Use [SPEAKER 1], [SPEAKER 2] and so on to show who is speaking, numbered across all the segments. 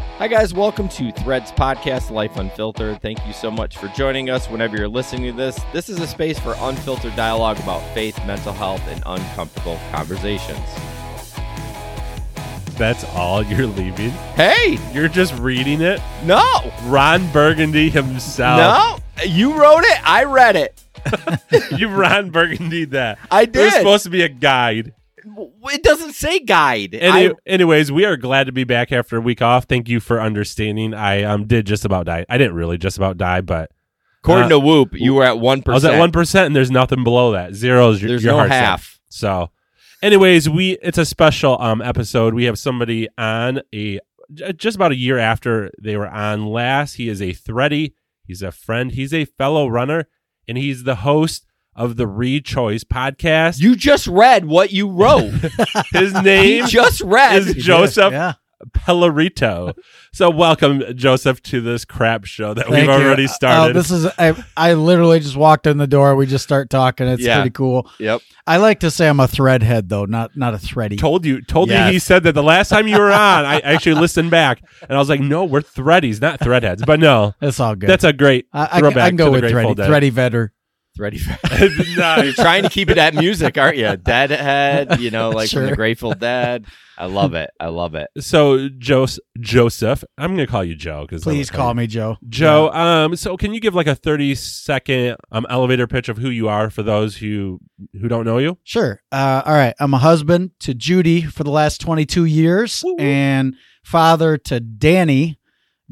[SPEAKER 1] Hi, guys. Welcome to Threads Podcast Life Unfiltered. Thank you so much for joining us whenever you're listening to this. This is a space for unfiltered dialogue about faith, mental health, and uncomfortable conversations.
[SPEAKER 2] That's all you're leaving.
[SPEAKER 1] Hey,
[SPEAKER 2] You're just reading it.
[SPEAKER 1] no,
[SPEAKER 2] Ron Burgundy himself.
[SPEAKER 1] no, you wrote it. I read it.
[SPEAKER 2] You Ron Burgundy that.
[SPEAKER 1] I
[SPEAKER 2] There's
[SPEAKER 1] did.
[SPEAKER 2] supposed to be a guide.
[SPEAKER 1] it doesn't say guide.
[SPEAKER 2] Any-
[SPEAKER 1] I-
[SPEAKER 2] anyways, we are glad to be back after a week off. Thank you for understanding. I um did just about die. I didn't really just about die, but
[SPEAKER 1] according
[SPEAKER 2] uh,
[SPEAKER 1] to Whoop, you were at 1%.
[SPEAKER 2] I was at one percent, and there's nothing below that. Zero is your,
[SPEAKER 1] There's
[SPEAKER 2] your
[SPEAKER 1] no
[SPEAKER 2] heart's up.
[SPEAKER 1] half.
[SPEAKER 2] So, anyways, we it's a special um episode. We have somebody on a j- just about a year after they were on last. He is a thready. He's a friend. He's a fellow runner, and he's the host of the Rechoice podcast.
[SPEAKER 1] You just read what you wrote.
[SPEAKER 2] His
[SPEAKER 1] he
[SPEAKER 2] name
[SPEAKER 1] just read.
[SPEAKER 2] is Joseph
[SPEAKER 3] Yeah.
[SPEAKER 2] Pellerito. So, welcome Joseph to this crap show that
[SPEAKER 3] Thank
[SPEAKER 2] we've
[SPEAKER 3] you.
[SPEAKER 2] already
[SPEAKER 3] Uh,
[SPEAKER 2] started.
[SPEAKER 3] this is I, I literally just walked in the door. We just start talking. It's
[SPEAKER 1] Yeah.
[SPEAKER 3] pretty cool.
[SPEAKER 1] yep.
[SPEAKER 3] I like to say I'm a threadhead though, not not a thready.
[SPEAKER 2] told you told
[SPEAKER 3] Yes.
[SPEAKER 2] you he said that the last time you were on i actually listened back and i was like no we're threadies not threadheads but no
[SPEAKER 3] That's all good.
[SPEAKER 2] that's a great
[SPEAKER 3] I, I, can,
[SPEAKER 2] throwback
[SPEAKER 3] I can
[SPEAKER 2] to
[SPEAKER 3] go
[SPEAKER 2] the
[SPEAKER 3] with
[SPEAKER 2] Grateful
[SPEAKER 3] thready.
[SPEAKER 2] Dead.
[SPEAKER 3] Thready vetter.
[SPEAKER 1] Ready for You're
[SPEAKER 2] nice.
[SPEAKER 1] trying to keep it at music, aren't you? Deadhead, you know, like from the
[SPEAKER 3] Sure.
[SPEAKER 1] Grateful Dead. I love it. I love it.
[SPEAKER 2] so joseph joseph i'm gonna call you joe because
[SPEAKER 3] Please call me Joe.
[SPEAKER 2] joe um so can you give like a 30 second um elevator pitch of who you are for those who who don't know you
[SPEAKER 3] Sure. Uh, all right. I'm a husband to Judy for the last 22 years
[SPEAKER 2] Woo-woo.
[SPEAKER 3] and father to Danny.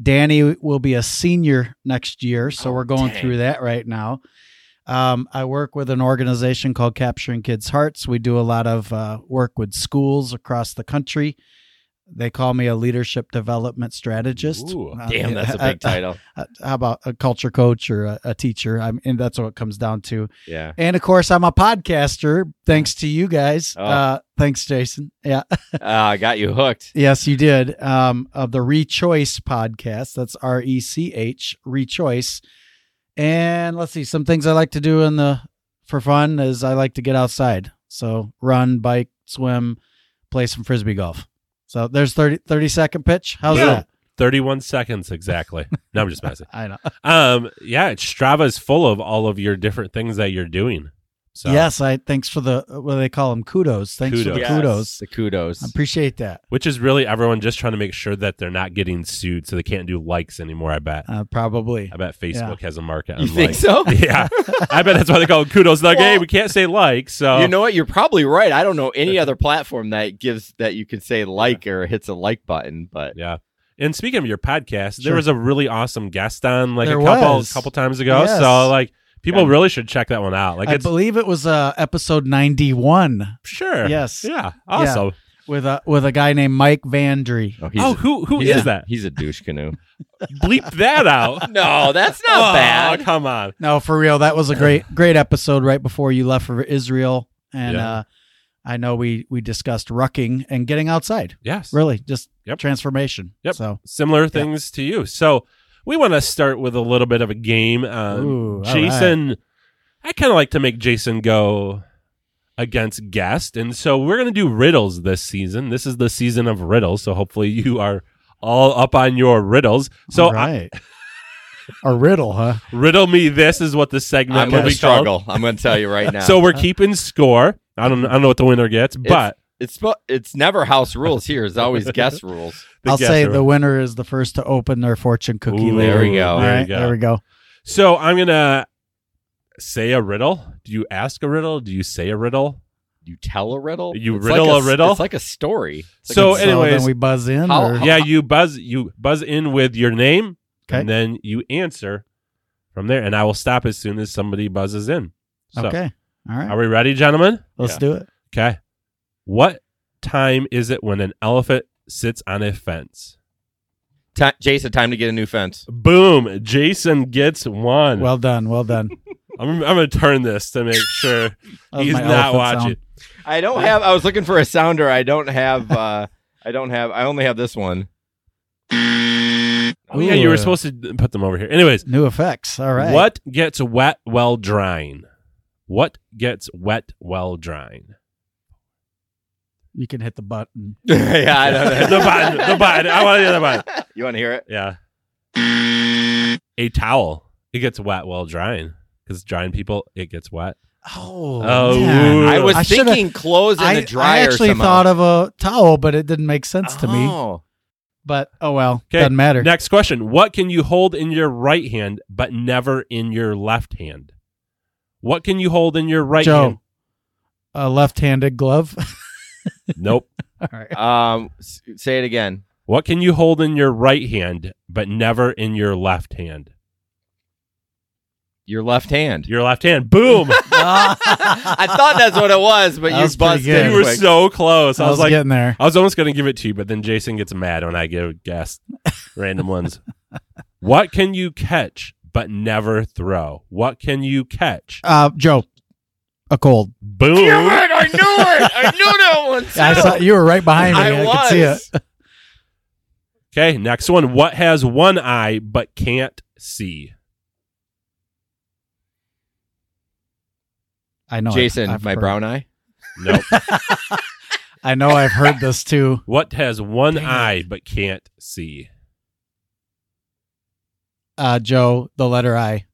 [SPEAKER 3] Danny will be a senior next year. So
[SPEAKER 1] Oh,
[SPEAKER 3] we're going
[SPEAKER 1] dang.
[SPEAKER 3] through that right now. Um, I work with an organization called Capturing Kids Hearts. We do a lot of uh, work with schools across the country. They call me a leadership development strategist.
[SPEAKER 2] Ooh.
[SPEAKER 3] Uh,
[SPEAKER 1] Damn, that's a
[SPEAKER 3] I-
[SPEAKER 1] big title.
[SPEAKER 3] I- How about a culture coach or a, a teacher? I'm, and that's what it comes down to.
[SPEAKER 1] Yeah.
[SPEAKER 3] And of course, I'm a podcaster. Thanks to you guys.
[SPEAKER 1] Oh.
[SPEAKER 3] Uh, thanks, Jason. Yeah.
[SPEAKER 1] Uh, I got you hooked.
[SPEAKER 3] yes, you did. Um, of the Rechoice podcast. That's R E C H, Rechoice. And let's see, some things I like to do in the for fun is I like to get outside. So run, bike, swim, play some frisbee golf. So there's 30, 30 second pitch. How's
[SPEAKER 2] Yeah.
[SPEAKER 3] that?
[SPEAKER 2] 31 seconds exactly no i'm just messing
[SPEAKER 3] I know.
[SPEAKER 2] um yeah strava is full of all of your different things that you're doing so
[SPEAKER 3] Yes, I thanks for the what do they call them kudos. Thanks for the
[SPEAKER 2] Kudos.
[SPEAKER 3] kudos.
[SPEAKER 1] The kudos.
[SPEAKER 3] I appreciate that.
[SPEAKER 2] Which is really everyone just trying to make sure that they're not getting sued, so they can't do likes anymore. I bet.
[SPEAKER 3] Uh, probably.
[SPEAKER 2] I bet Facebook has a market.
[SPEAKER 1] You
[SPEAKER 2] on
[SPEAKER 1] think
[SPEAKER 2] likes.
[SPEAKER 1] so?
[SPEAKER 2] yeah, I bet that's why they call it kudos. Like, hey,
[SPEAKER 1] Well-
[SPEAKER 2] we can't say like, so
[SPEAKER 1] You know what? You're probably right. I don't know any other platform that gives that you can say like or hits a like button, but
[SPEAKER 2] yeah. And speaking of your podcast, there
[SPEAKER 3] Sure.
[SPEAKER 2] was a really awesome guest on like
[SPEAKER 3] There
[SPEAKER 2] a couple
[SPEAKER 3] was.
[SPEAKER 2] couple times ago.
[SPEAKER 3] Yes.
[SPEAKER 2] So like, people
[SPEAKER 1] Yeah.
[SPEAKER 2] really should check that one out. Like,
[SPEAKER 3] I
[SPEAKER 2] it's
[SPEAKER 3] believe it was uh, episode ninety one
[SPEAKER 2] sure,
[SPEAKER 3] Yes.
[SPEAKER 2] yeah, awesome.
[SPEAKER 3] with a with a guy named Mike Vandry.
[SPEAKER 1] he's
[SPEAKER 2] Oh, who who
[SPEAKER 1] he's
[SPEAKER 2] is
[SPEAKER 1] a-
[SPEAKER 2] that?
[SPEAKER 1] He's a douche canoe.
[SPEAKER 2] Bleep that out.
[SPEAKER 1] no, that's
[SPEAKER 2] Oh,
[SPEAKER 1] not bad.
[SPEAKER 2] Come on.
[SPEAKER 3] No, for real, that was a great great episode right before you left for Israel, and
[SPEAKER 2] Yeah.
[SPEAKER 3] uh, I know we we discussed rucking and getting outside.
[SPEAKER 2] Yes.
[SPEAKER 3] Really, just
[SPEAKER 2] Yep.
[SPEAKER 3] transformation.
[SPEAKER 2] Yep.
[SPEAKER 3] So,
[SPEAKER 2] similar things to you. So we want to start with a little bit of a game. Um,
[SPEAKER 3] ooh, all right.
[SPEAKER 2] Jason, I kind of like to make Jason go against guest, and so we're going to do riddles this season. This is the season of riddles, so hopefully you are all up on your riddles. So
[SPEAKER 3] all right. a riddle, huh?
[SPEAKER 2] I- riddle me this is what the segment
[SPEAKER 1] I'm
[SPEAKER 2] will
[SPEAKER 1] gonna
[SPEAKER 2] be
[SPEAKER 1] struggle. I'm gonna tell you right now.
[SPEAKER 2] called. So we're keeping score. I don't I don't know what the winner gets, but
[SPEAKER 1] it's spo- it's never house rules here. It's always guest rules.
[SPEAKER 2] the
[SPEAKER 3] I'll
[SPEAKER 2] guests
[SPEAKER 3] say
[SPEAKER 2] are-
[SPEAKER 3] the winner is the first to open their fortune cookie
[SPEAKER 2] Ooh,
[SPEAKER 3] later.
[SPEAKER 1] There we go.
[SPEAKER 3] All
[SPEAKER 2] There
[SPEAKER 3] right,
[SPEAKER 2] you go.
[SPEAKER 3] there we go.
[SPEAKER 2] So I'm gonna say a riddle. Do you ask a riddle? Do you say a riddle?
[SPEAKER 1] You tell a riddle.
[SPEAKER 2] You
[SPEAKER 1] It's
[SPEAKER 2] riddle
[SPEAKER 1] like
[SPEAKER 2] a
[SPEAKER 1] s-
[SPEAKER 2] riddle?
[SPEAKER 1] It's like a story. It's like
[SPEAKER 2] So
[SPEAKER 1] a-
[SPEAKER 3] And
[SPEAKER 2] anyways-
[SPEAKER 3] then we buzz in.
[SPEAKER 1] How-
[SPEAKER 3] or-
[SPEAKER 1] how-
[SPEAKER 2] yeah you buzz you buzz in with your name
[SPEAKER 3] Okay.
[SPEAKER 2] and then you answer from there and i will stop as soon as somebody buzzes in so
[SPEAKER 3] okay, all right,
[SPEAKER 2] are we ready gentlemen
[SPEAKER 3] let's
[SPEAKER 1] Yeah.
[SPEAKER 3] do it.
[SPEAKER 2] okay what time is it when an elephant sits on a fence
[SPEAKER 1] Ti- Jason, time to get a new fence.
[SPEAKER 2] boom jason gets one
[SPEAKER 3] Well done, well done.
[SPEAKER 2] i'm, I'm gonna turn this to make sure
[SPEAKER 3] That was
[SPEAKER 2] he's
[SPEAKER 3] my
[SPEAKER 2] not
[SPEAKER 3] elephant
[SPEAKER 2] watching
[SPEAKER 3] sound.
[SPEAKER 1] I don't have. I was looking for a sounder. I don't have. uh I don't have. I only have this one.
[SPEAKER 2] oh yeah you
[SPEAKER 3] Ooh.
[SPEAKER 2] were supposed to put them over here anyways
[SPEAKER 3] New effects. All right.
[SPEAKER 2] what gets wet while drying what gets wet while drying
[SPEAKER 3] You can hit the button.
[SPEAKER 1] yeah, I don't know.
[SPEAKER 2] The button, the button. I wanna hear the button.
[SPEAKER 1] You want to hear it?
[SPEAKER 2] Yeah. A towel. It gets wet while drying. Because drying people, it gets wet.
[SPEAKER 3] Oh,
[SPEAKER 2] Oh,
[SPEAKER 3] man.
[SPEAKER 2] Ooh.
[SPEAKER 1] I was
[SPEAKER 3] I shoulda-
[SPEAKER 1] thinking clothes in
[SPEAKER 3] I,
[SPEAKER 1] the dryer.
[SPEAKER 3] I actually thought of a towel, but it didn't make sense to me.
[SPEAKER 1] Oh.
[SPEAKER 3] But oh well,
[SPEAKER 2] 'Kay.
[SPEAKER 3] doesn't matter.
[SPEAKER 2] Next question. What can you hold in your right hand but never in your left hand? What can you hold in your right
[SPEAKER 3] Joe.
[SPEAKER 2] hand?
[SPEAKER 3] A left-handed glove.
[SPEAKER 2] Nope.
[SPEAKER 3] All right.
[SPEAKER 1] Um, s- say it again.
[SPEAKER 2] What can you hold in your right hand but never in your left hand?
[SPEAKER 1] Your left hand.
[SPEAKER 2] Your left hand. Boom.
[SPEAKER 1] I thought that's what it was, but
[SPEAKER 3] That
[SPEAKER 1] you
[SPEAKER 3] was pretty
[SPEAKER 1] busted.
[SPEAKER 3] good.
[SPEAKER 2] you were
[SPEAKER 1] quick.
[SPEAKER 2] so close.
[SPEAKER 3] I
[SPEAKER 2] I,
[SPEAKER 3] was,
[SPEAKER 2] was, like
[SPEAKER 3] getting there.
[SPEAKER 2] I was almost going to give it to you, but then Jason gets mad when I give guess random ones. What can you catch but never throw? What can you catch?
[SPEAKER 3] Uh, Joe, a cold.
[SPEAKER 1] Damn
[SPEAKER 2] Boom.
[SPEAKER 1] it, I knew it. I knew that one. Too.
[SPEAKER 3] I saw you were right behind me. I,
[SPEAKER 1] I
[SPEAKER 3] could see it.
[SPEAKER 1] was.
[SPEAKER 2] Okay, next one. What has one eye but can't see?
[SPEAKER 3] I know. it.
[SPEAKER 1] Jason,
[SPEAKER 3] I've
[SPEAKER 1] my
[SPEAKER 3] heard-
[SPEAKER 1] brown eye.
[SPEAKER 2] Nope.
[SPEAKER 3] I know. I've heard this too.
[SPEAKER 2] what has one
[SPEAKER 1] Dang it.
[SPEAKER 2] eye but can't see?
[SPEAKER 3] Uh, Joe, the letter I,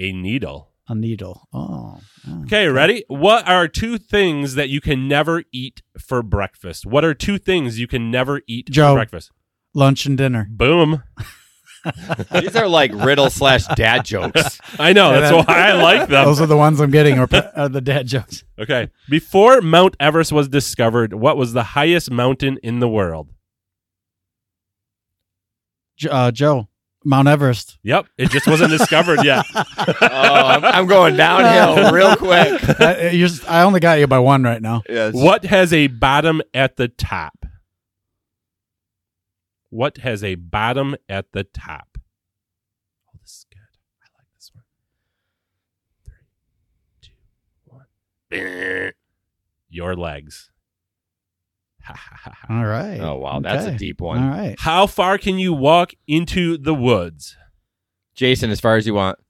[SPEAKER 2] A needle.
[SPEAKER 3] a needle. Oh, oh.
[SPEAKER 2] Okay, ready? What are two things that you can never eat for breakfast? What are two things you can never eat
[SPEAKER 3] Joe.
[SPEAKER 2] for breakfast?
[SPEAKER 3] lunch and dinner.
[SPEAKER 2] Boom.
[SPEAKER 1] These are like riddle slash dad jokes.
[SPEAKER 2] I know.
[SPEAKER 3] Yeah,
[SPEAKER 2] That's
[SPEAKER 3] that-
[SPEAKER 2] why I like them.
[SPEAKER 3] Those are the ones I'm getting, or are the dad jokes.
[SPEAKER 2] Okay. Before Mount Everest was discovered, what was the highest mountain in the world?
[SPEAKER 3] J- Uh, Joe, Mount Everest.
[SPEAKER 2] Yep. It just wasn't discovered yet.
[SPEAKER 1] Oh, I'm, I'm going downhill real quick.
[SPEAKER 3] I, uh, you're just- I only got you by one right now.
[SPEAKER 1] Yes.
[SPEAKER 2] What has a bottom at the top? What has a bottom at the top? Oh, this is good. I like this one. Three, two, one. Brrr. Your legs. Ha, ha, ha, ha.
[SPEAKER 3] All right.
[SPEAKER 1] Oh wow, that's a
[SPEAKER 3] Okay.
[SPEAKER 1] deep
[SPEAKER 3] All
[SPEAKER 1] one.
[SPEAKER 3] right.
[SPEAKER 2] How far can you walk into the woods?
[SPEAKER 1] Jason, as far as you want.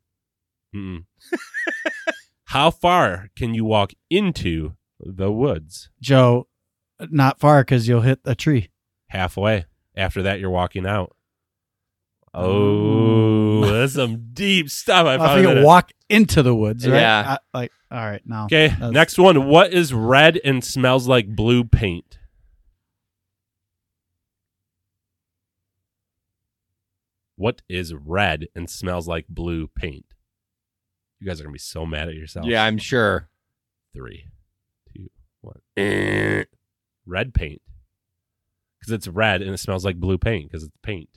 [SPEAKER 2] Mm-mm. How far can you walk into the woods?
[SPEAKER 3] Joe, not far because you'll hit a tree.
[SPEAKER 2] halfway. After that, you're walking out. Oh, that's some deep stuff. I
[SPEAKER 3] Um, I,
[SPEAKER 2] found
[SPEAKER 3] think
[SPEAKER 2] it.
[SPEAKER 3] you walk into the woods, right?
[SPEAKER 1] Yeah.
[SPEAKER 3] I- like, all right, now.
[SPEAKER 2] okay,
[SPEAKER 3] That's-
[SPEAKER 2] next one. What is red and smells like blue paint? What is red and smells like blue paint? You guys are gonna be so mad at yourselves.
[SPEAKER 1] Yeah, I'm sure.
[SPEAKER 2] Three, two, one. red paint. Because it's red and it smells like blue paint because it's paint.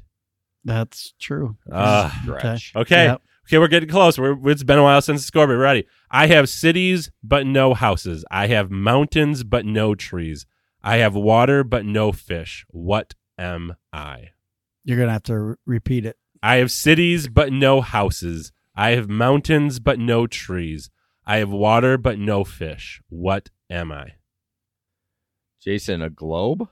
[SPEAKER 3] That's true.
[SPEAKER 2] Ah,
[SPEAKER 1] Stretch.
[SPEAKER 2] Okay.
[SPEAKER 3] Yep.
[SPEAKER 2] Okay, we're getting close. We're, it's been a while since the score, but we're ready. I have cities, but no houses. I have mountains, but no trees. I have water, but no fish. What am I?
[SPEAKER 3] You're going to have to re- repeat it.
[SPEAKER 2] I have cities, but no houses. I have mountains, but no trees. I have water, but no fish. What am I?
[SPEAKER 1] Jason, a globe?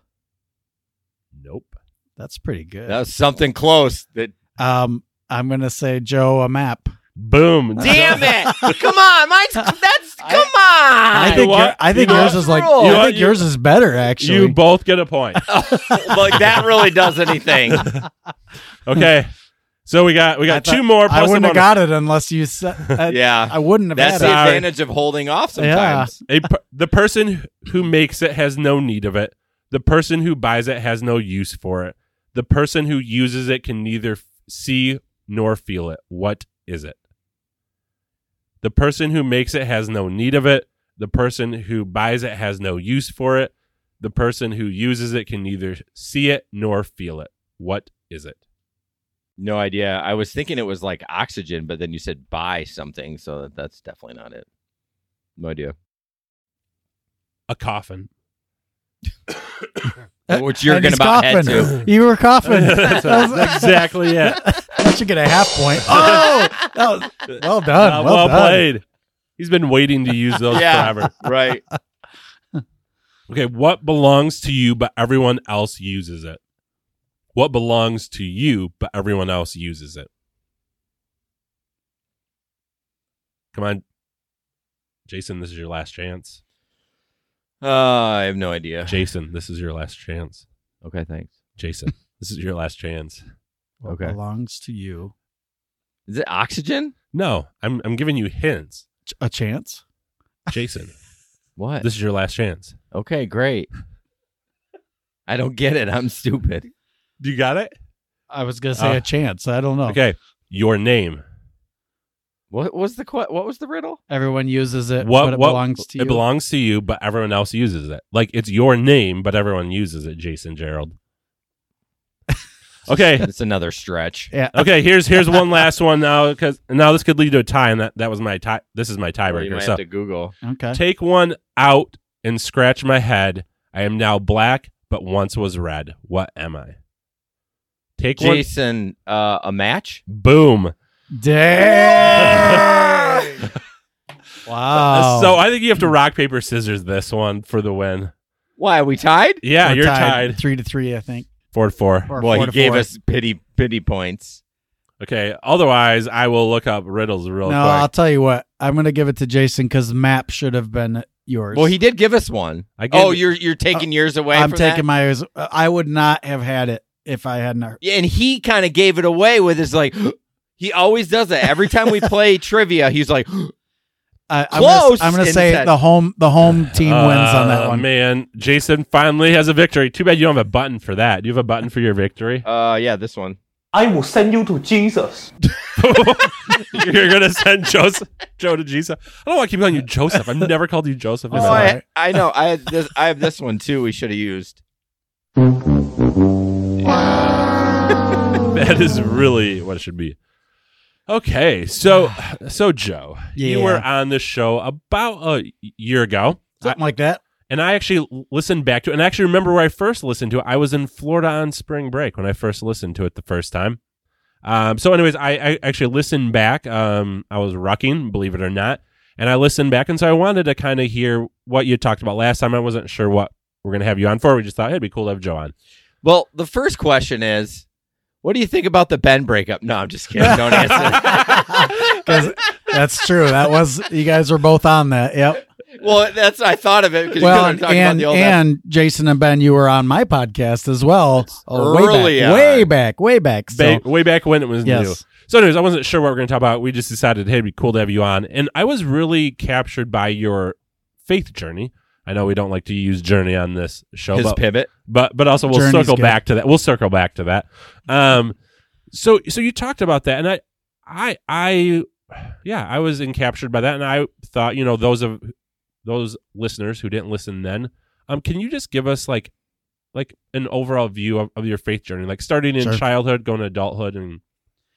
[SPEAKER 2] Nope.
[SPEAKER 3] That's pretty good.
[SPEAKER 1] That was something close. That
[SPEAKER 3] um, I'm going to say, Joe, a map.
[SPEAKER 2] Boom.
[SPEAKER 1] Damn it! Come on, mine's that's come on.
[SPEAKER 3] I think,
[SPEAKER 2] what?
[SPEAKER 3] your- I think
[SPEAKER 2] You
[SPEAKER 3] yours
[SPEAKER 1] know-
[SPEAKER 3] is like,
[SPEAKER 1] You know
[SPEAKER 3] I
[SPEAKER 2] what?
[SPEAKER 3] think
[SPEAKER 2] You-
[SPEAKER 3] yours is better, actually.
[SPEAKER 2] You both get a point.
[SPEAKER 1] like that really does anything.
[SPEAKER 2] Okay. So we got we
[SPEAKER 3] I
[SPEAKER 2] got
[SPEAKER 3] thought-
[SPEAKER 2] two more
[SPEAKER 3] I
[SPEAKER 2] plus
[SPEAKER 3] wouldn't
[SPEAKER 2] the
[SPEAKER 3] have
[SPEAKER 2] bonus.
[SPEAKER 3] got it unless you uh, said, I,
[SPEAKER 1] Yeah.
[SPEAKER 3] I wouldn't have
[SPEAKER 1] That's the
[SPEAKER 3] had it.
[SPEAKER 2] Sorry.
[SPEAKER 1] advantage of holding off sometimes.
[SPEAKER 2] a per- the person who makes it has no need of it. The person who buys it has no use for it. The person who uses it can neither f- see nor feel it. What is it? The person who makes it has no need of it. The person who buys it has no use for it. The person who uses it can neither see it nor feel it. What is it?
[SPEAKER 1] No idea. I was thinking it was like oxygen, but then you said buy something, so that, that's definitely not it. No idea.
[SPEAKER 2] A coffin. Uh,
[SPEAKER 1] Which you're
[SPEAKER 3] And
[SPEAKER 1] going
[SPEAKER 3] he's
[SPEAKER 1] to about head
[SPEAKER 3] coughing.
[SPEAKER 1] to.
[SPEAKER 3] You were coughing.
[SPEAKER 2] That's
[SPEAKER 3] That was-
[SPEAKER 2] exactly it.
[SPEAKER 3] I should get a half point. Oh, that was- well done.
[SPEAKER 2] Uh,
[SPEAKER 3] well,
[SPEAKER 2] well
[SPEAKER 3] done.
[SPEAKER 2] played. He's been waiting to use those
[SPEAKER 1] Yeah.
[SPEAKER 2] forever.
[SPEAKER 1] Right.
[SPEAKER 2] Okay, what belongs to you but everyone else uses it? What belongs to you but everyone else uses it? Come on. Jason, this is your last chance.
[SPEAKER 1] Uh, I have no idea.
[SPEAKER 2] Jason, this is your last chance.
[SPEAKER 1] okay, thanks.
[SPEAKER 2] Jason, this is your last chance.
[SPEAKER 3] What
[SPEAKER 1] Okay.
[SPEAKER 3] belongs to you?
[SPEAKER 1] Is it oxygen?
[SPEAKER 2] No, I'm I'm giving you hints.
[SPEAKER 3] Ch- A chance?
[SPEAKER 2] Jason,
[SPEAKER 1] What?
[SPEAKER 2] this is your last chance.
[SPEAKER 1] okay, great. I don't get it. I'm stupid.
[SPEAKER 2] You got it?
[SPEAKER 3] I was gonna say
[SPEAKER 2] Uh,
[SPEAKER 3] a chance. I don't know.
[SPEAKER 2] Okay. Your name.
[SPEAKER 1] What was the que- what was the riddle?
[SPEAKER 3] Everyone uses it,
[SPEAKER 2] What-
[SPEAKER 3] but it
[SPEAKER 2] what-
[SPEAKER 3] belongs to you.
[SPEAKER 2] It belongs to you, but everyone else uses it. Like it's your name, but everyone uses it, Jason Gerald. Okay.
[SPEAKER 1] It's another stretch.
[SPEAKER 3] yeah.
[SPEAKER 2] Okay, here's here's one last one now cuz now this could lead to a tie and that, that was my tie this is my
[SPEAKER 1] Well, you
[SPEAKER 2] tiebreaker.
[SPEAKER 1] might
[SPEAKER 2] So
[SPEAKER 1] have to Google.
[SPEAKER 3] Okay.
[SPEAKER 2] take one out and scratch my head. I am now black, but once was red. What am I? Take one
[SPEAKER 1] Jason, uh, a match?
[SPEAKER 2] boom.
[SPEAKER 3] Dang. wow.
[SPEAKER 2] So I think you have to rock paper scissors this one for the win.
[SPEAKER 1] Why are we tied?
[SPEAKER 2] Yeah,
[SPEAKER 3] We're
[SPEAKER 2] you're tied.
[SPEAKER 3] Three to three, I think.
[SPEAKER 2] Four to four.
[SPEAKER 3] Or
[SPEAKER 1] Well,
[SPEAKER 3] four
[SPEAKER 1] he
[SPEAKER 3] to
[SPEAKER 1] gave
[SPEAKER 3] four.
[SPEAKER 1] us pity pity points.
[SPEAKER 2] Okay. Otherwise, I will look up riddles real
[SPEAKER 3] No, I'll tell you what. I'm gonna give it to Jason because map should have been yours.
[SPEAKER 1] Well, he did give us one.
[SPEAKER 2] quick. I
[SPEAKER 1] Oh,
[SPEAKER 2] gave-
[SPEAKER 1] you're you're taking yours away.
[SPEAKER 3] I'm
[SPEAKER 1] from that?
[SPEAKER 3] taking my. I would not have had it if I hadn't. heard-
[SPEAKER 1] Yeah, and he kind of gave it away with his like. he always does that every time we play trivia. He's like,
[SPEAKER 3] I, I'm gonna-
[SPEAKER 1] Close
[SPEAKER 3] I'm gonna
[SPEAKER 1] in
[SPEAKER 3] say
[SPEAKER 1] that-
[SPEAKER 3] the home the home team wins on that
[SPEAKER 2] Uh,
[SPEAKER 3] one.
[SPEAKER 2] Man, Jason finally has a victory. Too bad you don't have a button for that. Do you have a button for your victory?
[SPEAKER 1] uh, yeah, this one.
[SPEAKER 4] I will send you to Jesus.
[SPEAKER 2] you're gonna send Joseph Joe to Jesus. I don't want to keep calling you Joseph. I've never called you Joseph. in
[SPEAKER 1] Oh,
[SPEAKER 2] my life.
[SPEAKER 1] I, I know. I had this. I have this one too. We should have used.
[SPEAKER 2] That is really what it should be. Okay, so so Joe, you
[SPEAKER 3] Yeah.
[SPEAKER 2] were on the show about a year ago,
[SPEAKER 3] Something like that.
[SPEAKER 2] and I actually l- listened back to it, and I actually remember where I first listened to it. I was in Florida on spring break when I first listened to it the first time. Um, so, anyways, I, I actually listened back. Um, I was rocking, believe it or not, and I listened back, and so I wanted to kind of hear what you talked about last time. I wasn't sure what we're gonna have you on for. We just thought hey, it'd be cool to have Joe on.
[SPEAKER 1] Well, the first question is, what do you think about the Ben breakup? No, I'm just kidding. Don't answer.
[SPEAKER 3] 'Cause that's true. That was you guys were both on that. Yep.
[SPEAKER 1] well, that's I thought of it because
[SPEAKER 3] Well,
[SPEAKER 1] you
[SPEAKER 3] and
[SPEAKER 1] talking about
[SPEAKER 3] and,
[SPEAKER 1] the old. episode.
[SPEAKER 3] Jason and Ben, you were on my podcast as well. Oh,
[SPEAKER 1] early
[SPEAKER 3] way back,
[SPEAKER 1] on.
[SPEAKER 3] way back, way back. So
[SPEAKER 2] Ba- way back when it was new.
[SPEAKER 3] yes,
[SPEAKER 2] So, anyways, I wasn't sure what we are going to talk about. We just decided, hey, it'd be cool to have you on. And I was really captured by your faith journey. I know we don't like to use journey on this show,
[SPEAKER 1] his
[SPEAKER 2] but,
[SPEAKER 1] pivot.
[SPEAKER 2] but but also we'll
[SPEAKER 3] Journey's
[SPEAKER 2] circle
[SPEAKER 3] good.
[SPEAKER 2] back to that. We'll circle back to that. Um, so so you talked about that, and I I I yeah, I was encaptured by that, and I thought you know those of those listeners who didn't listen then, um, can you just give us like like an overall view of, of your faith journey, like starting in
[SPEAKER 3] Sure.
[SPEAKER 2] childhood, going to adulthood, and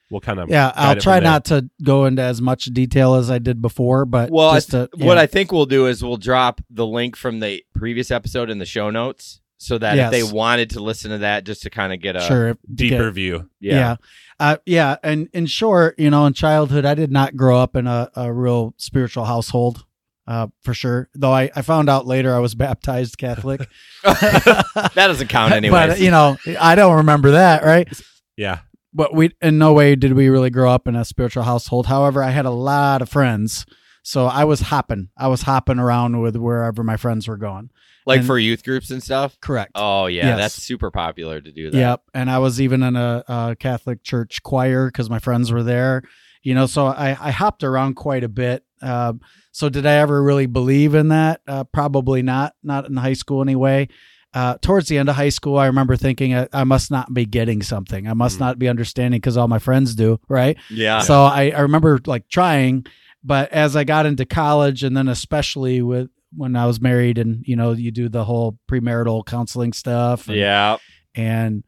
[SPEAKER 2] what kind of
[SPEAKER 3] yeah. I'll
[SPEAKER 2] guide it from
[SPEAKER 3] try
[SPEAKER 2] there.
[SPEAKER 3] not to go into as much detail as I did before, but
[SPEAKER 1] Well, I
[SPEAKER 3] Uh, just to,
[SPEAKER 1] What
[SPEAKER 3] yeah.
[SPEAKER 1] I think we'll do is we'll drop the link from the previous episode in the show notes, so that if
[SPEAKER 3] Yes.
[SPEAKER 1] they wanted to listen to that, just to kind of get a
[SPEAKER 3] sure
[SPEAKER 2] deeper
[SPEAKER 3] Okay.
[SPEAKER 2] view.
[SPEAKER 1] Yeah.
[SPEAKER 3] yeah, uh, yeah. And in short, you know, in childhood, I did not grow up in a, a real spiritual household. Uh, for sure. Though I, I found out later I was baptized Catholic.
[SPEAKER 1] that doesn't count anyway.
[SPEAKER 3] But you know, I don't remember that, right?
[SPEAKER 2] Yeah,
[SPEAKER 3] but we in no way did we really grow up in a spiritual household. However, I had a lot of friends, so I was hopping. I was hopping around with wherever my friends were going.
[SPEAKER 1] like
[SPEAKER 3] and-
[SPEAKER 1] for youth groups and stuff.
[SPEAKER 3] Correct.
[SPEAKER 1] Oh yeah,
[SPEAKER 3] Yes.
[SPEAKER 1] that's super popular to do that.
[SPEAKER 3] Yep. And I was even in a, a Catholic church choir because my friends were there. You know, so I, I hopped around quite a bit. Um, so did I ever really believe in that? Uh, probably not. Not in high school anyway. Uh, towards the end of high school, I remember thinking I, I must not be getting something. I must
[SPEAKER 2] Hmm.
[SPEAKER 3] not be understanding because all my friends do, right?
[SPEAKER 1] Yeah.
[SPEAKER 3] So I, I remember like trying, but as I got into college and then especially with when I was married and you know, you do the whole premarital counseling stuff. And,
[SPEAKER 1] yeah.
[SPEAKER 3] And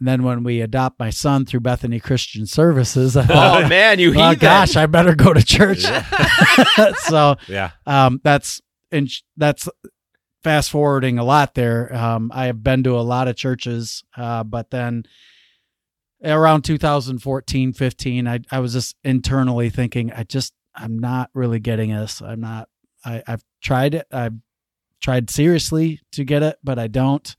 [SPEAKER 3] then when we adopt my son through Bethany Christian Services, I thought,
[SPEAKER 1] Oh man, you
[SPEAKER 3] well,
[SPEAKER 1] heathen.
[SPEAKER 3] gosh, I better go to church. so
[SPEAKER 2] yeah.
[SPEAKER 3] um, that's and sh- that's fast forwarding a lot there. Um, I have been to a lot of churches, uh, but then around 2014, 15, I, I was just internally thinking, I just, I'm not really getting this. I'm not, I, I've tried it. I've tried seriously to get it, but I don't.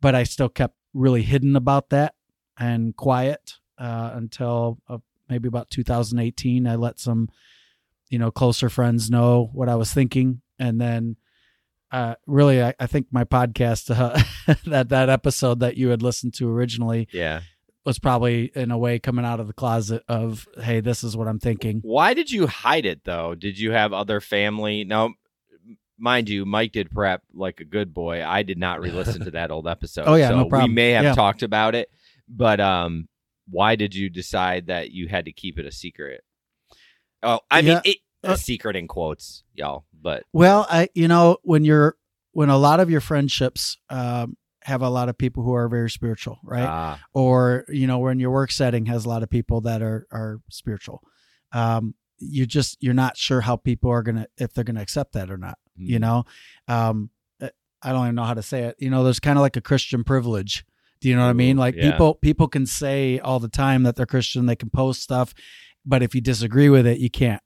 [SPEAKER 3] But I still kept really hidden about that and quiet uh, until uh, maybe about 2018. I let some you know closer friends know what I was thinking and then uh, really, I, I think my podcast uh, that that episode that you had listened to originally
[SPEAKER 1] Yeah.
[SPEAKER 3] was probably in a way coming out of the closet of, hey, this is what I'm thinking.
[SPEAKER 1] Why did you hide it though? Did you have other family? Now, mind you, Mike did prep like a good boy. I did not re-listen to that old episode.
[SPEAKER 3] Oh, yeah,
[SPEAKER 1] so
[SPEAKER 3] no
[SPEAKER 1] We
[SPEAKER 3] problem.
[SPEAKER 1] may have
[SPEAKER 3] Yeah.
[SPEAKER 1] talked about it, but um, why did you decide that you had to keep it a secret? Oh, I mean,
[SPEAKER 3] Yeah,
[SPEAKER 1] it,
[SPEAKER 3] uh,
[SPEAKER 1] a secret in quotes, y'all. But
[SPEAKER 3] Well, I you know when you're when a lot of your friendships um, have a lot of people who are very spiritual, right?
[SPEAKER 1] ah,
[SPEAKER 3] or you know when your work setting has a lot of people that are are spiritual um you just you're not sure how people are gonna if they're gonna accept that or not
[SPEAKER 1] Hmm.
[SPEAKER 3] you know um i don't even know how to say it you know there's kind of like a christian privilege do you know what i mean
[SPEAKER 1] Ooh,
[SPEAKER 3] like
[SPEAKER 1] yeah.
[SPEAKER 3] people people can say all the time that they're christian they can post stuff but if you disagree with it you can't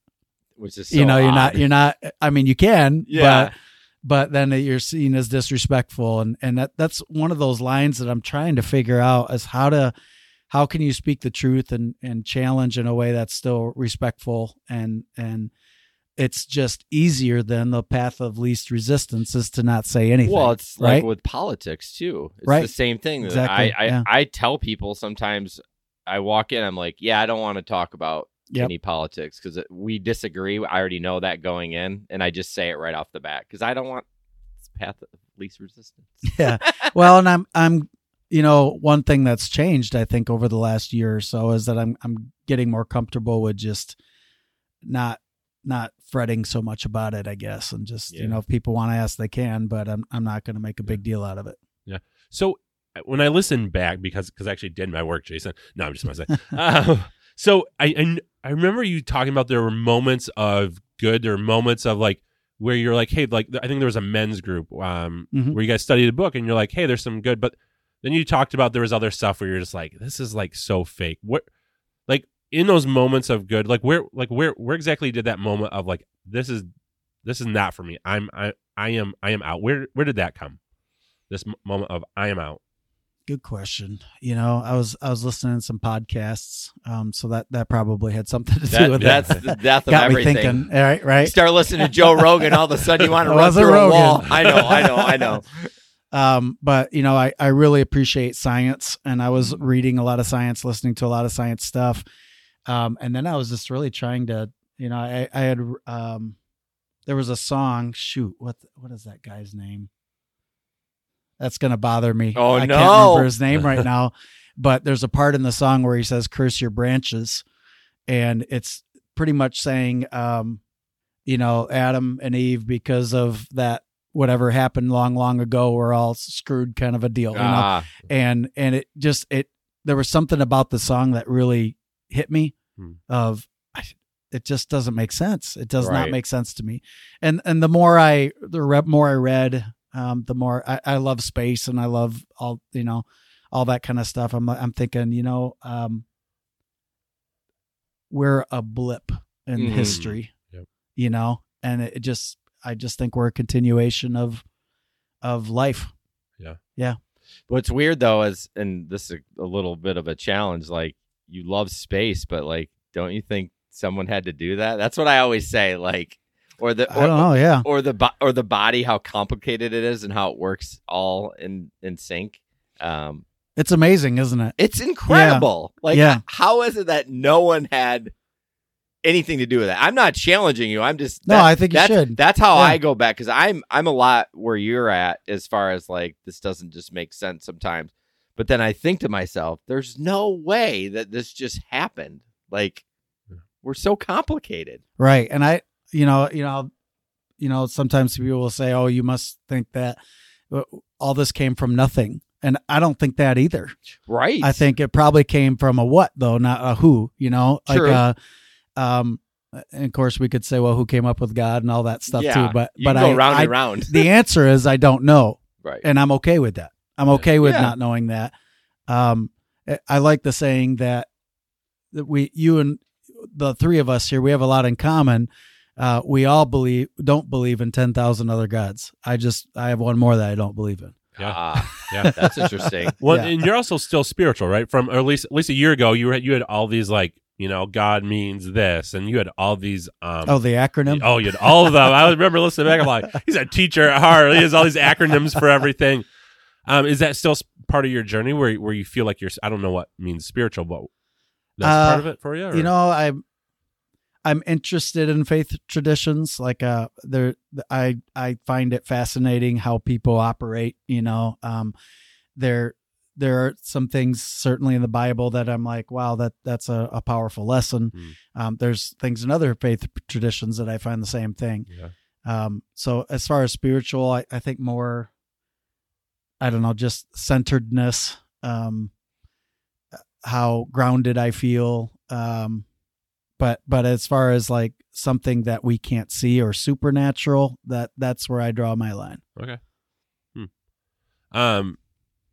[SPEAKER 1] which is
[SPEAKER 3] you
[SPEAKER 1] so
[SPEAKER 3] know you're not
[SPEAKER 1] odd.
[SPEAKER 3] you're not eh, i mean you can
[SPEAKER 1] yeah.
[SPEAKER 3] but but then you're seen as disrespectful and and that that's one of those lines that I'm trying to figure out is how to how can you speak the truth and and challenge in a way that's still respectful and and it's just easier than the path of least resistance is to not say anything.
[SPEAKER 1] Well, it's like
[SPEAKER 3] right?
[SPEAKER 1] with politics too. It's the
[SPEAKER 3] Right.
[SPEAKER 1] same thing. that
[SPEAKER 3] Exactly,
[SPEAKER 1] I I,
[SPEAKER 3] yeah.
[SPEAKER 1] I tell people sometimes I walk in, I'm like, yeah, I don't want to talk about
[SPEAKER 3] Yep.
[SPEAKER 1] any politics because we disagree. I already know that going in, and I just say it right off the bat because I don't want this path of least resistance.
[SPEAKER 3] yeah. Well, and I'm I'm you know one thing that's changed I think over the last year or so is that I'm I'm getting more comfortable with just not not fretting so much about it I guess and just
[SPEAKER 1] Yeah.
[SPEAKER 3] you know if people want to ask they can but I'm I'm not going to make a big deal out of it.
[SPEAKER 2] So uh, when I listen back, because because I actually did my work, Jason. No, I'm just messing. uh, so I, I kn- I remember you talking about there were moments of good, there were moments of like where you're like, hey, like I think there was a men's group um,
[SPEAKER 3] Mhm.
[SPEAKER 2] where you guys studied a book, and you're like, hey, there's some good, but then you talked about there was other stuff where you're just like, this is like so fake. What like in those moments of good, like where like where where exactly did that moment of like this is this is not for me. I'm I I am I am out. Where where did that come? This m- moment of I am out.
[SPEAKER 3] Good question. You know, I was I was listening to some podcasts um so that that probably had something to do
[SPEAKER 1] That-
[SPEAKER 3] with
[SPEAKER 1] that's
[SPEAKER 3] that.
[SPEAKER 1] the death of
[SPEAKER 3] Got me
[SPEAKER 1] everything.
[SPEAKER 3] thinking. All right,
[SPEAKER 1] You
[SPEAKER 3] right?
[SPEAKER 1] start listening to Joe Rogan, all of a sudden you want to
[SPEAKER 3] I
[SPEAKER 1] run
[SPEAKER 3] wasn't
[SPEAKER 1] through a
[SPEAKER 3] Rogan.
[SPEAKER 1] wall. I know, I know, I know.
[SPEAKER 3] um, but you know, I, I really appreciate science, and I was
[SPEAKER 1] Mm-hmm.
[SPEAKER 3] reading a lot of science, listening to a lot of science stuff, um, and then I was just really trying to, you know, I I had um, there was a song. Shoot, what what is that guy's name? That's gonna bother me.
[SPEAKER 1] Oh,
[SPEAKER 3] I can't
[SPEAKER 1] no.
[SPEAKER 3] remember his name right now. But there's a part in the song where he says, "Curse your branches," and it's pretty much saying, um, you know, Adam and Eve because of that whatever happened long, long ago, we're all screwed, kind of a deal. you know?
[SPEAKER 1] Ah,
[SPEAKER 3] and and it just it there was something about the song that really hit me
[SPEAKER 2] Hmm.
[SPEAKER 3] of I, it just doesn't make sense it does
[SPEAKER 1] Right.
[SPEAKER 3] not make sense to me and and the more i the re- more i read um the more I, I love space and i love all you know all that kind of stuff i'm i'm thinking you know um we're a blip in
[SPEAKER 1] Mm.
[SPEAKER 3] history
[SPEAKER 2] Hmm. Yep.
[SPEAKER 3] you know and it it just i just think we're a continuation of of life
[SPEAKER 1] What's weird though is, and this is a little bit of a challenge. Like you love space, but like, don't you think someone had to do that? That's what I always say. Like, or the
[SPEAKER 3] i don't
[SPEAKER 1] or,
[SPEAKER 3] know yeah
[SPEAKER 1] or the bo- or the body, how complicated it is, and how it works all in in sync. Um,
[SPEAKER 3] It's amazing, isn't it?
[SPEAKER 1] it's incredible. Like,
[SPEAKER 3] Yeah.
[SPEAKER 1] how is it that no one had anything to do with that? I'm not challenging you. I'm just
[SPEAKER 3] No,
[SPEAKER 1] that-
[SPEAKER 3] I think you
[SPEAKER 1] that's-
[SPEAKER 3] should.
[SPEAKER 1] That's how
[SPEAKER 3] Yeah.
[SPEAKER 1] I go back because I'm I'm a lot where you're at as far as like this doesn't just make sense sometimes. But then I think to myself, there's no way that this just happened. Like we're so complicated.
[SPEAKER 3] Right. And I, you know, you know, you know, sometimes people will say, "Oh, you must think that uh, all this came from nothing." And I don't think that either.
[SPEAKER 1] Right.
[SPEAKER 3] I think it probably came from a what though, not a who, you know?
[SPEAKER 1] True.
[SPEAKER 3] Like uh um and of course we could say, "Well, who came up with God and all that stuff
[SPEAKER 1] Yeah.
[SPEAKER 3] too?" But
[SPEAKER 1] you
[SPEAKER 3] but
[SPEAKER 1] can go
[SPEAKER 3] I,
[SPEAKER 1] round
[SPEAKER 3] I
[SPEAKER 1] and round.
[SPEAKER 3] the answer is I don't know.
[SPEAKER 1] Right.
[SPEAKER 3] and I'm okay with that. I'm okay with
[SPEAKER 1] Yeah.
[SPEAKER 3] not knowing that. Um, I- I like the saying that that we, you and the three of us here, we have a lot in common. Uh, we all believe, don't believe in ten thousand other gods. I just, I have one more that I don't believe in.
[SPEAKER 2] Yeah.
[SPEAKER 1] Ah,
[SPEAKER 2] Yeah.
[SPEAKER 1] that's interesting.
[SPEAKER 2] Well,
[SPEAKER 3] Yeah.
[SPEAKER 2] and you're also still spiritual, right? From or at least at least a year ago, you were you had all these like you know, God means this, and you had all these. Um,
[SPEAKER 3] Oh, the acronym.
[SPEAKER 2] Oh, you had all of them. I remember listening back. I'm like, he's a teacher at Harvard. He has all these acronyms for everything. Um, is that still s- part of your journey where where you feel like you're? s- I don't know what means spiritual, but that's
[SPEAKER 3] Uh,
[SPEAKER 2] part of it for you. or-
[SPEAKER 3] you know i'm i'm interested in faith traditions like uh there i i find it fascinating how people operate you know um there there are some things certainly in the bible that i'm like wow that that's a, a powerful lesson
[SPEAKER 2] Hmm.
[SPEAKER 3] um there's things in other faith traditions that i find the same thing
[SPEAKER 2] Yeah.
[SPEAKER 3] um so as far as spiritual i, I think more i don't know just centeredness um how grounded I feel. Um, but but as far as like something that we can't see or supernatural, that that's where I draw my line.
[SPEAKER 2] Um,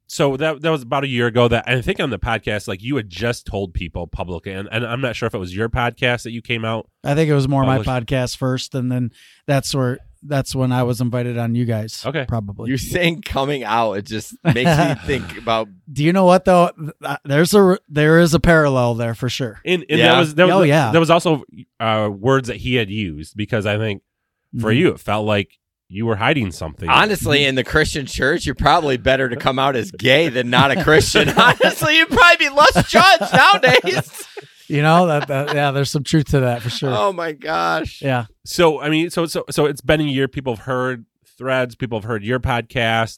[SPEAKER 2] so that that was about a year ago. That I think on the podcast, like you had just told people publicly, and, and I'm not sure if it was your podcast that you came out.
[SPEAKER 3] I think it was more my
[SPEAKER 2] Publish-
[SPEAKER 3] podcast first, and then that's where that's when I was invited on you guys.
[SPEAKER 2] Okay.
[SPEAKER 3] probably.
[SPEAKER 1] You're saying coming out. It just makes me think about
[SPEAKER 3] Do you know what though? Th- uh, There's a there is a parallel there for sure.
[SPEAKER 2] And, and that
[SPEAKER 1] Yeah.
[SPEAKER 2] was that was
[SPEAKER 3] Oh, yeah.
[SPEAKER 2] that was also uh, words that he had used because I think for
[SPEAKER 3] Mm. Mm-hmm.
[SPEAKER 2] you it felt like you were hiding something.
[SPEAKER 1] honestly in the Christian church. You're probably better to come out as gay than not a Christian. honestly, you'd probably be less judged nowadays.
[SPEAKER 3] you know that, that yeah, there's some truth to that for sure.
[SPEAKER 1] Oh my gosh.
[SPEAKER 3] Yeah,
[SPEAKER 2] So I mean, so so so it's been a year. People have heard threads. People have heard your podcast.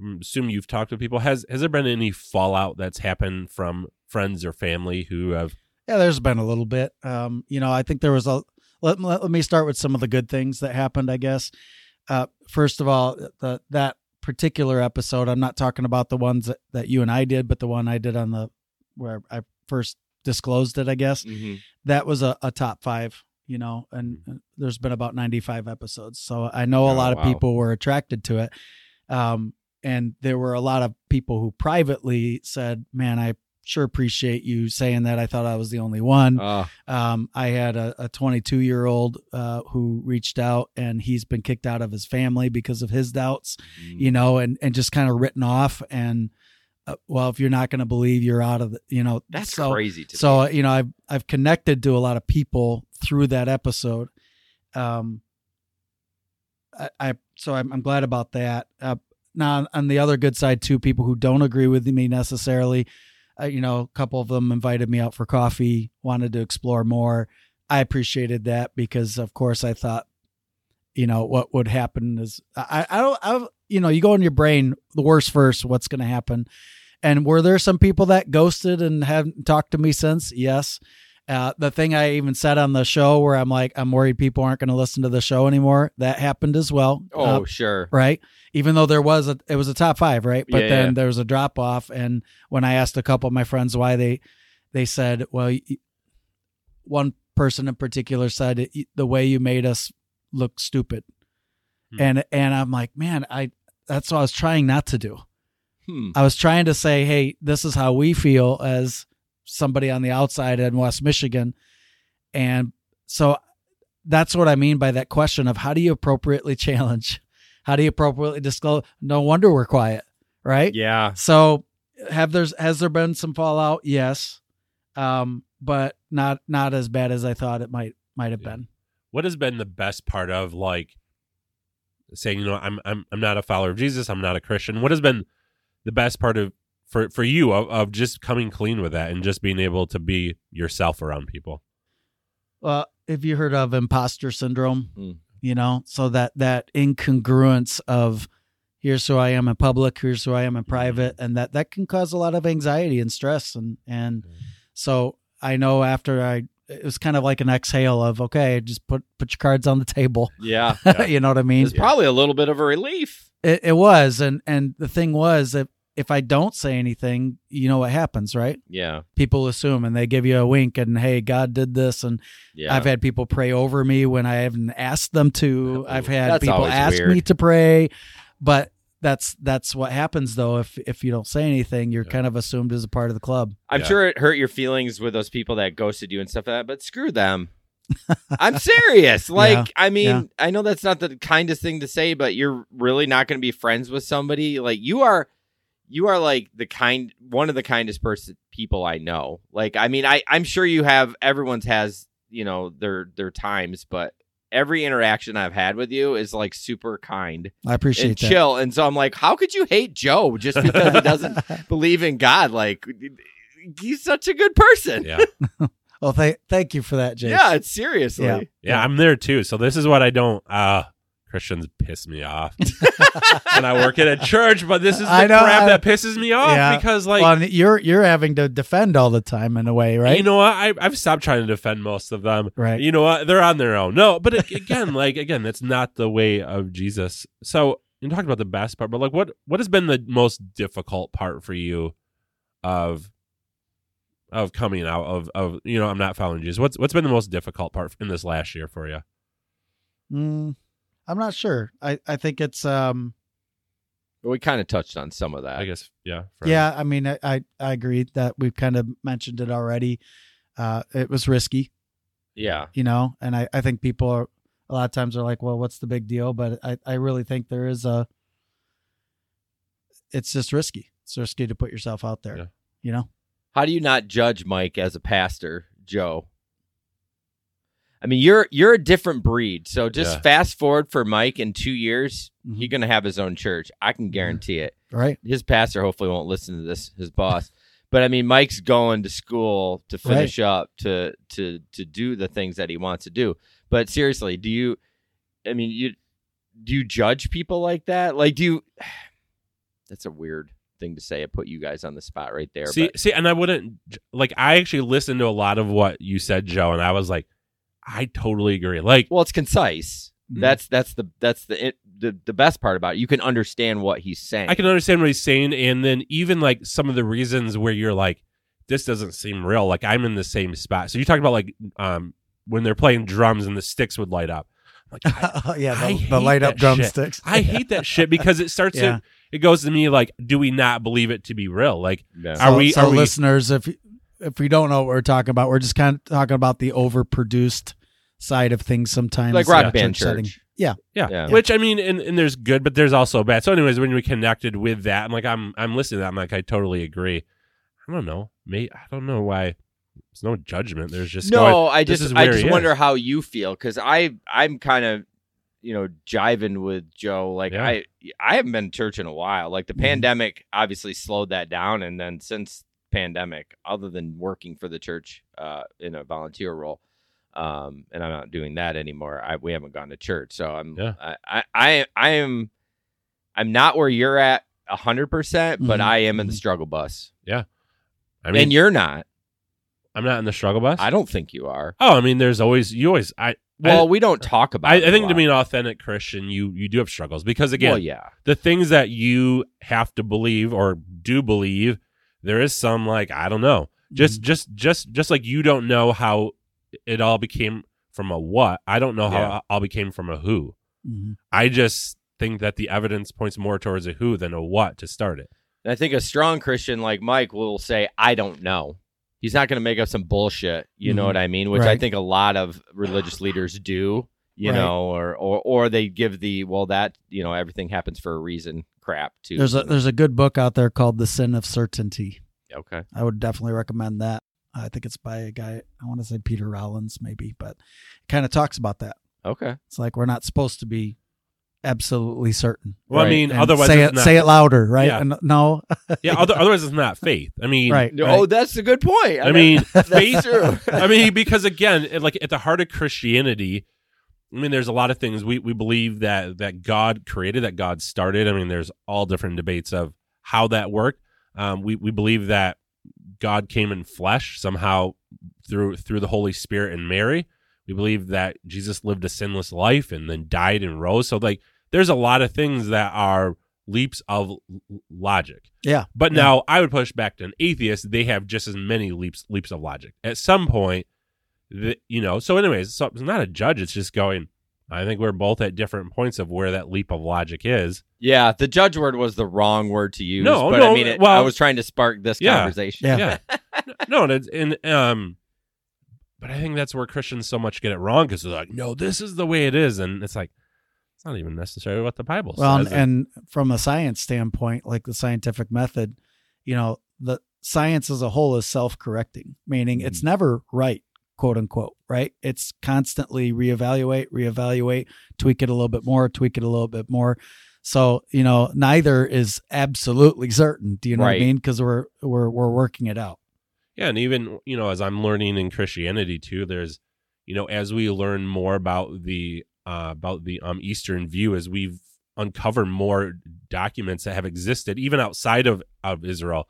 [SPEAKER 2] I'm assuming you've talked to people. Has has there been any fallout that's happened from friends or family who have?
[SPEAKER 3] Yeah, there's been a little bit. Um, you know, I think there was a let, let, let me start with some of the good things that happened, I guess. Uh, first of all, the, that particular episode, I'm not talking about the ones that, that you and I did, but the one I did on the where I first disclosed it, I guess.
[SPEAKER 1] Mhm.
[SPEAKER 3] That was a, a top five, you know, and and there's been about 95 episodes. So I know a
[SPEAKER 1] Mm-hmm. Oh,
[SPEAKER 3] lot of
[SPEAKER 1] wow.
[SPEAKER 3] people were attracted to it. Um, and there were a lot of people who privately said, man, I sure appreciate you saying that. I thought I was the only one.
[SPEAKER 1] Oh,
[SPEAKER 3] Um, I had a 22 year old uh, who reached out and he's been kicked out of his family because of his doubts,
[SPEAKER 1] Mm-hmm.
[SPEAKER 3] you know, and, and just kind of written off. And uh, well, if you're not going to believe, you're out of the, you know,
[SPEAKER 1] that's
[SPEAKER 3] so,
[SPEAKER 1] crazy to
[SPEAKER 3] So
[SPEAKER 1] me.
[SPEAKER 3] uh, you know, I've I've connected to a lot of people through that episode. Um, I, I so I'm, I'm glad about that. Uh, now on- on the other good side too, people who don't agree with me necessarily, uh, you know, a couple of them invited me out for coffee, wanted to explore more. I appreciated that because, of course, I thought, you know, what would happen is I I don't I you know you go in your brain the worst first, what's going to happen. And were there some people that ghosted and haven't talked to me since? Yes. Uh, the thing I even said on the show where I'm like, I'm worried people aren't going to listen to the show anymore. That happened as well.
[SPEAKER 1] Oh,
[SPEAKER 3] Uh,
[SPEAKER 1] sure.
[SPEAKER 3] right. Even though there was a, it was a top five, right? But
[SPEAKER 1] Yeah,
[SPEAKER 3] then
[SPEAKER 1] yeah.
[SPEAKER 3] there was a drop off. And when I asked a couple of my friends why they, they said, well, y- y- one person in particular said "Y- the way you made us look stupid.
[SPEAKER 2] Hmm.
[SPEAKER 3] And, and I'm like, man, I, that's what I was trying not to do.
[SPEAKER 1] Hmm.
[SPEAKER 3] I was trying to say, hey, this is how we feel as somebody on the outside in West Michigan. And so that's what I mean by that question of how do you appropriately challenge? How do you appropriately disclose? No wonder we're quiet, right?
[SPEAKER 1] Yeah.
[SPEAKER 3] So have there's has there been some fallout? Yes. Um, but not not as bad as I thought it might might have
[SPEAKER 2] Yeah.
[SPEAKER 3] been.
[SPEAKER 2] what has been the best part of like saying you know i'm i'm i'm not a follower of jesus i'm not a christian what has been the best part of for for you of, of just coming clean with that and just being able to be yourself around people
[SPEAKER 3] Well, Uh, have you heard of imposter syndrome?
[SPEAKER 1] Mm.
[SPEAKER 3] You know, so that that incongruence of here's who I am in public, here's who I am in private, and that that can cause a lot of anxiety and stress. And and so I know after I, it was kind of like an exhale of okay, just put put your cards on the table.
[SPEAKER 1] Yeah.
[SPEAKER 2] Yeah.
[SPEAKER 3] you know what I mean?
[SPEAKER 1] It's probably a little bit of a relief.
[SPEAKER 3] It, it was, and and the thing was that if I don't say anything, you know what happens, right?
[SPEAKER 1] Yeah.
[SPEAKER 3] People assume, and they give you a wink, and hey, God did this, and
[SPEAKER 1] Yeah.
[SPEAKER 3] I've had people pray over me when I haven't asked them to. I've had
[SPEAKER 1] That's
[SPEAKER 3] people
[SPEAKER 1] always
[SPEAKER 3] ask
[SPEAKER 1] weird.
[SPEAKER 3] me to pray, but that's that's what happens though. If if you don't say anything, you're
[SPEAKER 2] Yeah.
[SPEAKER 3] kind of assumed as a part of the club.
[SPEAKER 1] I'm
[SPEAKER 2] Yeah.
[SPEAKER 1] sure it hurt your feelings with those people that ghosted you and stuff like that, but screw them. I'm serious. Like,
[SPEAKER 3] Yeah,
[SPEAKER 1] I mean,
[SPEAKER 3] yeah.
[SPEAKER 1] I know that's not the kindest thing to say, but you're really not going to be friends with somebody. Like, you are, you are like the kind one of the kindest person people I know. Like I mean I I'm sure you have everyone's has, you know, their their times, but every interaction I've had with you is like super kind
[SPEAKER 3] I appreciate
[SPEAKER 1] and
[SPEAKER 3] that.
[SPEAKER 1] chill. And so I'm like, how could you hate Joe just because he doesn't believe in God? Like he's such a good person.
[SPEAKER 2] Yeah.
[SPEAKER 3] well, th- thank you for that, James.
[SPEAKER 1] Yeah, it's seriously.
[SPEAKER 3] Yeah.
[SPEAKER 2] Yeah, I'm there too. So this is what I don't. Uh, Christians piss me off, and I work at a church. But this is the
[SPEAKER 3] I know,
[SPEAKER 2] crap
[SPEAKER 3] I-
[SPEAKER 2] that pisses me off
[SPEAKER 3] Yeah.
[SPEAKER 2] because, like,
[SPEAKER 3] well, and you're you're having to defend all the time in a way, right?
[SPEAKER 2] you know what? I, I've stopped trying to defend most of them.
[SPEAKER 3] right.
[SPEAKER 2] You know what? They're on their own. No, but a- again, like again, that's not the way of Jesus. So you talked about the best part, but like, what what has been the most difficult part for you of of coming out of of you know I'm not following Jesus. What's what's been the most difficult part in this last year for you?
[SPEAKER 3] Mm, I'm not sure. I I think it's um
[SPEAKER 1] We kind of touched on some of that.
[SPEAKER 2] I guess yeah. for-
[SPEAKER 3] yeah. I mean, I I, I agree that we've kind of mentioned it already. Uh, it was risky,
[SPEAKER 1] Yeah.
[SPEAKER 3] you know, and I I think people are a lot of times are like, well, what's the big deal? But I I really think there is a. It's just risky. It's risky to put yourself out there.
[SPEAKER 2] Yeah.
[SPEAKER 3] You know.
[SPEAKER 1] How do you not judge Mike as a pastor, Joe? I mean, you're you're a different breed. So just
[SPEAKER 2] Yeah.
[SPEAKER 1] fast forward for Mike in two years,
[SPEAKER 3] Mhm.
[SPEAKER 1] he's gonna have his own church. I can guarantee it.
[SPEAKER 3] Right.
[SPEAKER 1] His pastor hopefully won't listen to this, his boss. But I mean, Mike's going to school to finish up to to to do the things that he wants to do. But seriously, do you? I mean, you do you judge people like that? Like, do you? That's a weird thing to say. I put you guys on the spot right there.
[SPEAKER 2] See,
[SPEAKER 1] but-
[SPEAKER 2] see, and I wouldn't like. I actually listened to a lot of what you said, Joe, and I was like, I totally agree. Like,
[SPEAKER 1] well it's concise
[SPEAKER 2] Mm.
[SPEAKER 3] Mhm.
[SPEAKER 1] that's that's the that's the, it, the the best part about it you can understand what he's saying
[SPEAKER 2] I can understand what he's saying, and then even like some of the reasons where you're like, this doesn't seem real. Like, I'm in the same spot. So you talk about like, um, when they're playing drums and the sticks would light up. I'm like, I,
[SPEAKER 3] Oh, yeah.
[SPEAKER 2] I
[SPEAKER 3] The, the
[SPEAKER 2] hate
[SPEAKER 3] light
[SPEAKER 2] that
[SPEAKER 3] up
[SPEAKER 2] shit.
[SPEAKER 3] drumsticks.
[SPEAKER 2] I hate that shit because it starts
[SPEAKER 3] Yeah.
[SPEAKER 2] to. It goes to me like, do we not believe it to be real? Like,
[SPEAKER 1] yeah.
[SPEAKER 2] Are we-
[SPEAKER 3] So
[SPEAKER 2] are we-
[SPEAKER 3] listeners? If if we don't know what we're talking about, we're just kind of talking about the overproduced side of things sometimes.
[SPEAKER 1] like
[SPEAKER 3] in
[SPEAKER 1] rock
[SPEAKER 3] a
[SPEAKER 1] band
[SPEAKER 3] setting.
[SPEAKER 1] church
[SPEAKER 3] Yeah.
[SPEAKER 2] Yeah.
[SPEAKER 1] Yeah.
[SPEAKER 2] Which I mean, and, and there's good, but there's also bad. So, anyways, when we connected with that, I'm like, I'm I'm listening to that. I'm like, I totally agree. I don't know. May I don't know why there's no judgment. There's just
[SPEAKER 1] no
[SPEAKER 2] going,
[SPEAKER 1] i
[SPEAKER 2] this
[SPEAKER 1] just
[SPEAKER 2] is
[SPEAKER 1] i
[SPEAKER 2] where
[SPEAKER 1] just
[SPEAKER 2] he
[SPEAKER 1] wonder
[SPEAKER 2] is.
[SPEAKER 1] how you feel because i i'm kind of you know jiving with joe like
[SPEAKER 2] Yeah. Mm-hmm.
[SPEAKER 1] i i haven't been to church in a while like the
[SPEAKER 3] Mhm.
[SPEAKER 1] pandemic obviously slowed that down and then since pandemic other than working for the church uh in a volunteer role um and i'm not doing that anymore i we haven't gone to church so i'm
[SPEAKER 2] Yeah.
[SPEAKER 1] I, I i i am i'm not where you're at 100% percent but
[SPEAKER 3] Mhm.
[SPEAKER 1] i am in the
[SPEAKER 3] Mhm.
[SPEAKER 1] struggle bus
[SPEAKER 2] Mm-hmm. I mean,
[SPEAKER 1] and you're not
[SPEAKER 2] I'm not in the struggle bus.
[SPEAKER 1] i don't think you are
[SPEAKER 2] oh, I mean, there's always you always. I
[SPEAKER 1] well we don't talk about
[SPEAKER 2] I,
[SPEAKER 1] it a
[SPEAKER 2] I think to
[SPEAKER 1] lot.
[SPEAKER 2] be an authentic Christian, you you do have struggles because again,
[SPEAKER 1] well yeah
[SPEAKER 2] the things that you have to believe or do believe, there is some like I don't know. just
[SPEAKER 1] Mm-hmm.
[SPEAKER 2] just just just like you don't know how it all became from a what i don't know how
[SPEAKER 1] Yeah.
[SPEAKER 2] it all became from a who
[SPEAKER 3] Mhm.
[SPEAKER 2] i just think that the evidence points more towards a who than a what to start it
[SPEAKER 1] And I think a strong Christian like Mike will say, I don't know. He's not going to make up some bullshit. You know
[SPEAKER 3] Mhm.
[SPEAKER 1] what I mean? Which I
[SPEAKER 3] Right.
[SPEAKER 1] think a lot of religious leaders do, you
[SPEAKER 3] Right.
[SPEAKER 1] know, or, or, or they give the, well, that, you know, everything happens for a reason crap to.
[SPEAKER 3] There's a there's a good book out there called The Sin of Certainty.
[SPEAKER 1] okay.
[SPEAKER 3] I would definitely recommend that. I think it's by a guy I want to say Peter Rollins maybe, but it kind of talks about that.
[SPEAKER 1] Okay.
[SPEAKER 3] It's like we're not supposed to be absolutely certain.
[SPEAKER 2] well
[SPEAKER 1] Right.
[SPEAKER 2] i mean
[SPEAKER 3] And
[SPEAKER 2] otherwise
[SPEAKER 3] say
[SPEAKER 2] it's
[SPEAKER 3] it
[SPEAKER 2] not,
[SPEAKER 3] say it louder, right?
[SPEAKER 2] Yeah.
[SPEAKER 3] And no,
[SPEAKER 2] yeah other, otherwise it's not faith i mean
[SPEAKER 3] right.
[SPEAKER 1] Oh,
[SPEAKER 3] right.
[SPEAKER 1] that's a good point.
[SPEAKER 2] i mean
[SPEAKER 1] that's
[SPEAKER 2] faith
[SPEAKER 1] true.
[SPEAKER 2] i mean because again it- like at the heart of christianity i mean there's a lot of things we we believe that that god created that god started i mean there's all different debates of how that worked um we we believe that God came in flesh somehow through through the Holy Spirit and Mary. We believe that Jesus lived a sinless life and then died and rose. So like there's a lot of things that are leaps of l- logic.
[SPEAKER 3] Yeah.
[SPEAKER 2] But
[SPEAKER 3] Yeah.
[SPEAKER 2] now I would push back to an atheist, they have just as many leaps leaps of logic. At some point the, you know, so anyways, so it's not a judge, it's just going I think we're both at different points of where that leap of logic is.
[SPEAKER 1] yeah. The judge word was the wrong word to use.
[SPEAKER 2] No,
[SPEAKER 1] but I
[SPEAKER 2] no,
[SPEAKER 1] mean, it,
[SPEAKER 2] well-
[SPEAKER 1] I was trying to spark this
[SPEAKER 2] Yeah.
[SPEAKER 1] conversation.
[SPEAKER 3] Yeah.
[SPEAKER 2] yeah. no, and it's and um, but I think that's where Christians so much get it wrong because they're like, no, this is the way it is, and it's like it's not even necessarily what the Bible
[SPEAKER 3] Well, and,
[SPEAKER 2] says.
[SPEAKER 3] and from a science standpoint, like the scientific method, you know, the science as a whole is self-correcting, meaning it's
[SPEAKER 1] Mm-hmm.
[SPEAKER 3] never right, quote unquote, right? It's constantly reevaluate, reevaluate, tweak it a little bit more, tweak it a little bit more. So, you know, neither is absolutely certain. Do you know what
[SPEAKER 1] Right.
[SPEAKER 3] I mean? Because we're we're we're working it out.
[SPEAKER 2] Yeah, and even you know, as I'm learning in Christianity too, there's you know, as we learn more about the uh, about the um Eastern view, as we've uncovered more documents that have existed even outside of of Israel,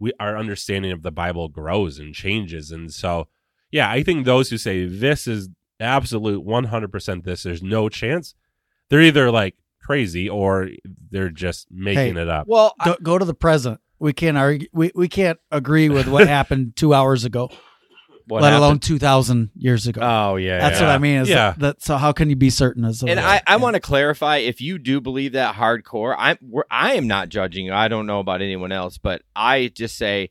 [SPEAKER 2] we our understanding of the Bible grows and changes, and so yeah, I think those who say this is absolute 100% this, there's no chance, they're either like crazy or they're just making
[SPEAKER 3] Hey,
[SPEAKER 2] it up.
[SPEAKER 1] Well, I-
[SPEAKER 3] Go, go to the present. We can't argue. We, we can't agree with what happened two hours ago,
[SPEAKER 1] what
[SPEAKER 3] let
[SPEAKER 1] happened-
[SPEAKER 3] alone two thousand years ago.
[SPEAKER 1] Oh yeah,
[SPEAKER 3] That's
[SPEAKER 1] yeah.
[SPEAKER 3] what I mean. Is
[SPEAKER 2] Yeah.
[SPEAKER 3] that, that- so how can you be certain as?
[SPEAKER 1] And I, I want to clarify if you do believe that hardcore, I'm we're, I am not judging you. I don't know about anyone else, but I just say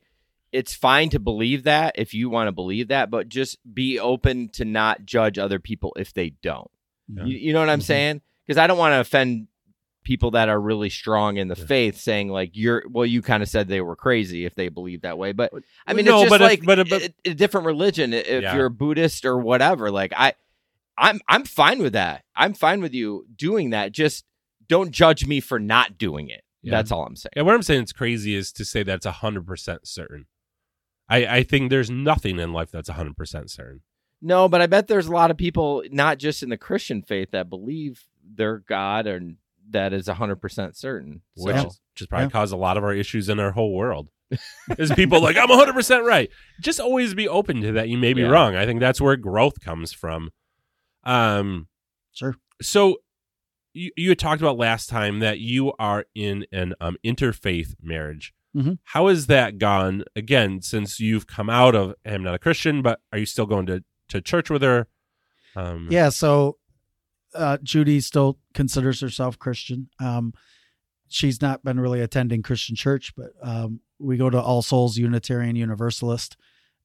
[SPEAKER 1] it's fine to believe that if you want to believe that, but just be open to not judge other people if they don't.
[SPEAKER 2] Yeah. Mm-hmm.
[SPEAKER 1] You, you know what I'm
[SPEAKER 3] Mhm.
[SPEAKER 1] saying? Because I don't want to offend people that are really strong in the
[SPEAKER 2] Yeah.
[SPEAKER 1] faith, saying like you're well, you kind of said they were crazy if they believe that way, but I mean,
[SPEAKER 2] No,
[SPEAKER 1] it's just
[SPEAKER 2] but if-
[SPEAKER 1] like
[SPEAKER 2] but- but-
[SPEAKER 1] a, a different religion. i- If
[SPEAKER 2] Yeah.
[SPEAKER 1] you're a Buddhist or whatever, like I, I'm I'm fine with that. I'm fine with you doing that. Just don't judge me for not doing it.
[SPEAKER 2] Yeah.
[SPEAKER 1] That's all I'm saying.
[SPEAKER 2] Yeah, what I'm saying is crazy is to say that's hundred percent certain. I, I think there's nothing in life that's hundred percent certain.
[SPEAKER 1] No, but I bet there's a lot of people, not just in the Christian faith, that believe their God and that is 100 percent certain. So,
[SPEAKER 2] Which is which is probably
[SPEAKER 3] Yeah.
[SPEAKER 2] caused a lot of our issues in our whole world. is people like, I'm hundred percent right. Just always be open to that. You may be
[SPEAKER 1] Yeah.
[SPEAKER 2] wrong. I think that's where growth comes from. Um
[SPEAKER 3] Sure.
[SPEAKER 2] so you, you had talked about last time that you are in an um, interfaith marriage.
[SPEAKER 3] Mhm.
[SPEAKER 2] How has that gone again since you've come out of I'm not a Christian, but are you still going to, to church with her? Um,
[SPEAKER 3] Yeah. So uh, Judy still considers herself Christian. Um, she's not been really attending Christian church, but um, we go to All Souls Unitarian Universalist.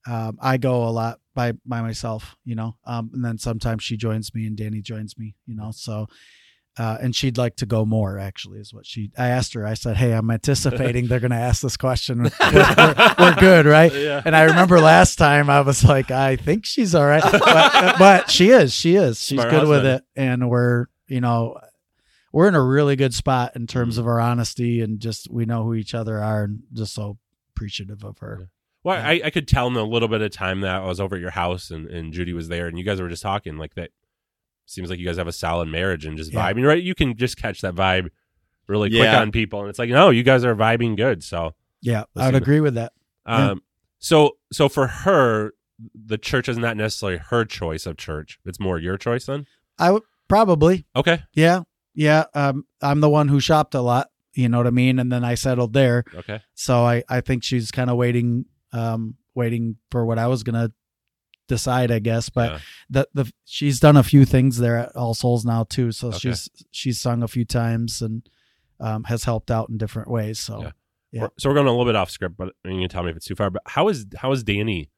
[SPEAKER 3] Um, I go a lot by by myself, you know, um, and then sometimes she joins me and Danny joins me, you know. So, uh, and she'd like to go more. Actually, is what she. I asked her. I said, "Hey, I'm anticipating they're going to ask this question. We're- we're- we're good, right?
[SPEAKER 2] Yeah.
[SPEAKER 3] And I remember last time I was like, I think she's all right, but, but she is, she is, she's
[SPEAKER 2] Smart
[SPEAKER 3] good with
[SPEAKER 2] husband.
[SPEAKER 3] it, and we're, you know, we're in a really good spot in terms
[SPEAKER 2] Mm-hmm.
[SPEAKER 3] of our honesty and just we know who each other are, and just so appreciative of her.
[SPEAKER 2] Well, I, I could tell in a little bit of time that I was over at your house and, and Judy was there and you guys were just talking like that. Seems like you guys have a solid marriage and just
[SPEAKER 3] Yeah.
[SPEAKER 2] vibing, right? You can just catch that vibe really quick
[SPEAKER 1] Yeah.
[SPEAKER 2] on people. And it's like, no, you guys are vibing good. So,
[SPEAKER 3] Yeah, I
[SPEAKER 2] Listen.
[SPEAKER 3] would agree with that.
[SPEAKER 2] um,
[SPEAKER 3] Yeah.
[SPEAKER 2] so, so for her, the church is not necessarily her choice of church. It's more your choice then.
[SPEAKER 3] I would probably,
[SPEAKER 2] Okay.
[SPEAKER 3] yeah, yeah. Um, I'm the one who shopped a lot, you know what I mean, and then I settled there,
[SPEAKER 2] Okay.
[SPEAKER 3] so I I think she's kind of waiting, um, waiting for what I was gonna decide, I guess, but.
[SPEAKER 2] Yeah.
[SPEAKER 3] the the she's done a few things there at All Souls now too. So
[SPEAKER 2] Okay.
[SPEAKER 3] she's she's sung a few times and um, has helped out in different ways. So
[SPEAKER 2] Yeah.
[SPEAKER 3] yeah.
[SPEAKER 2] We're- so we're going a little bit off script, but and you can tell me if it's too far, but how is, how is Danny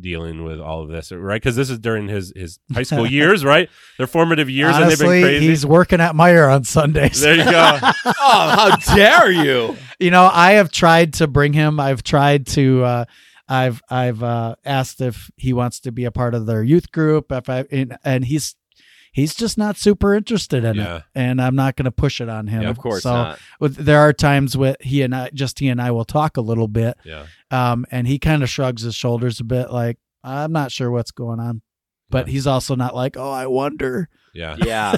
[SPEAKER 2] dealing with all of this? Right. Cause this is during his, his high school years, right? Their formative years. and they've
[SPEAKER 3] honestly,
[SPEAKER 2] been crazy.
[SPEAKER 3] he's working at Meyer on Sundays.
[SPEAKER 2] There you go.
[SPEAKER 1] oh, how dare you?
[SPEAKER 3] you know, I have tried to bring him. I've tried to. Uh, I've I've uh, asked if he wants to be a part of their youth group. If I and, and he's he's just not super interested in
[SPEAKER 2] Yeah.
[SPEAKER 3] it, and I'm not going to push it on him.
[SPEAKER 1] of course
[SPEAKER 3] So
[SPEAKER 1] not.
[SPEAKER 3] with- there are times with he and I, just he and I will talk a little bit,
[SPEAKER 2] Yeah.
[SPEAKER 3] um, and he kind of shrugs his shoulders a bit, like I'm not sure what's going on. But
[SPEAKER 2] Yeah.
[SPEAKER 3] he's also not like, oh, I wonder.
[SPEAKER 2] Yeah.
[SPEAKER 1] Yeah,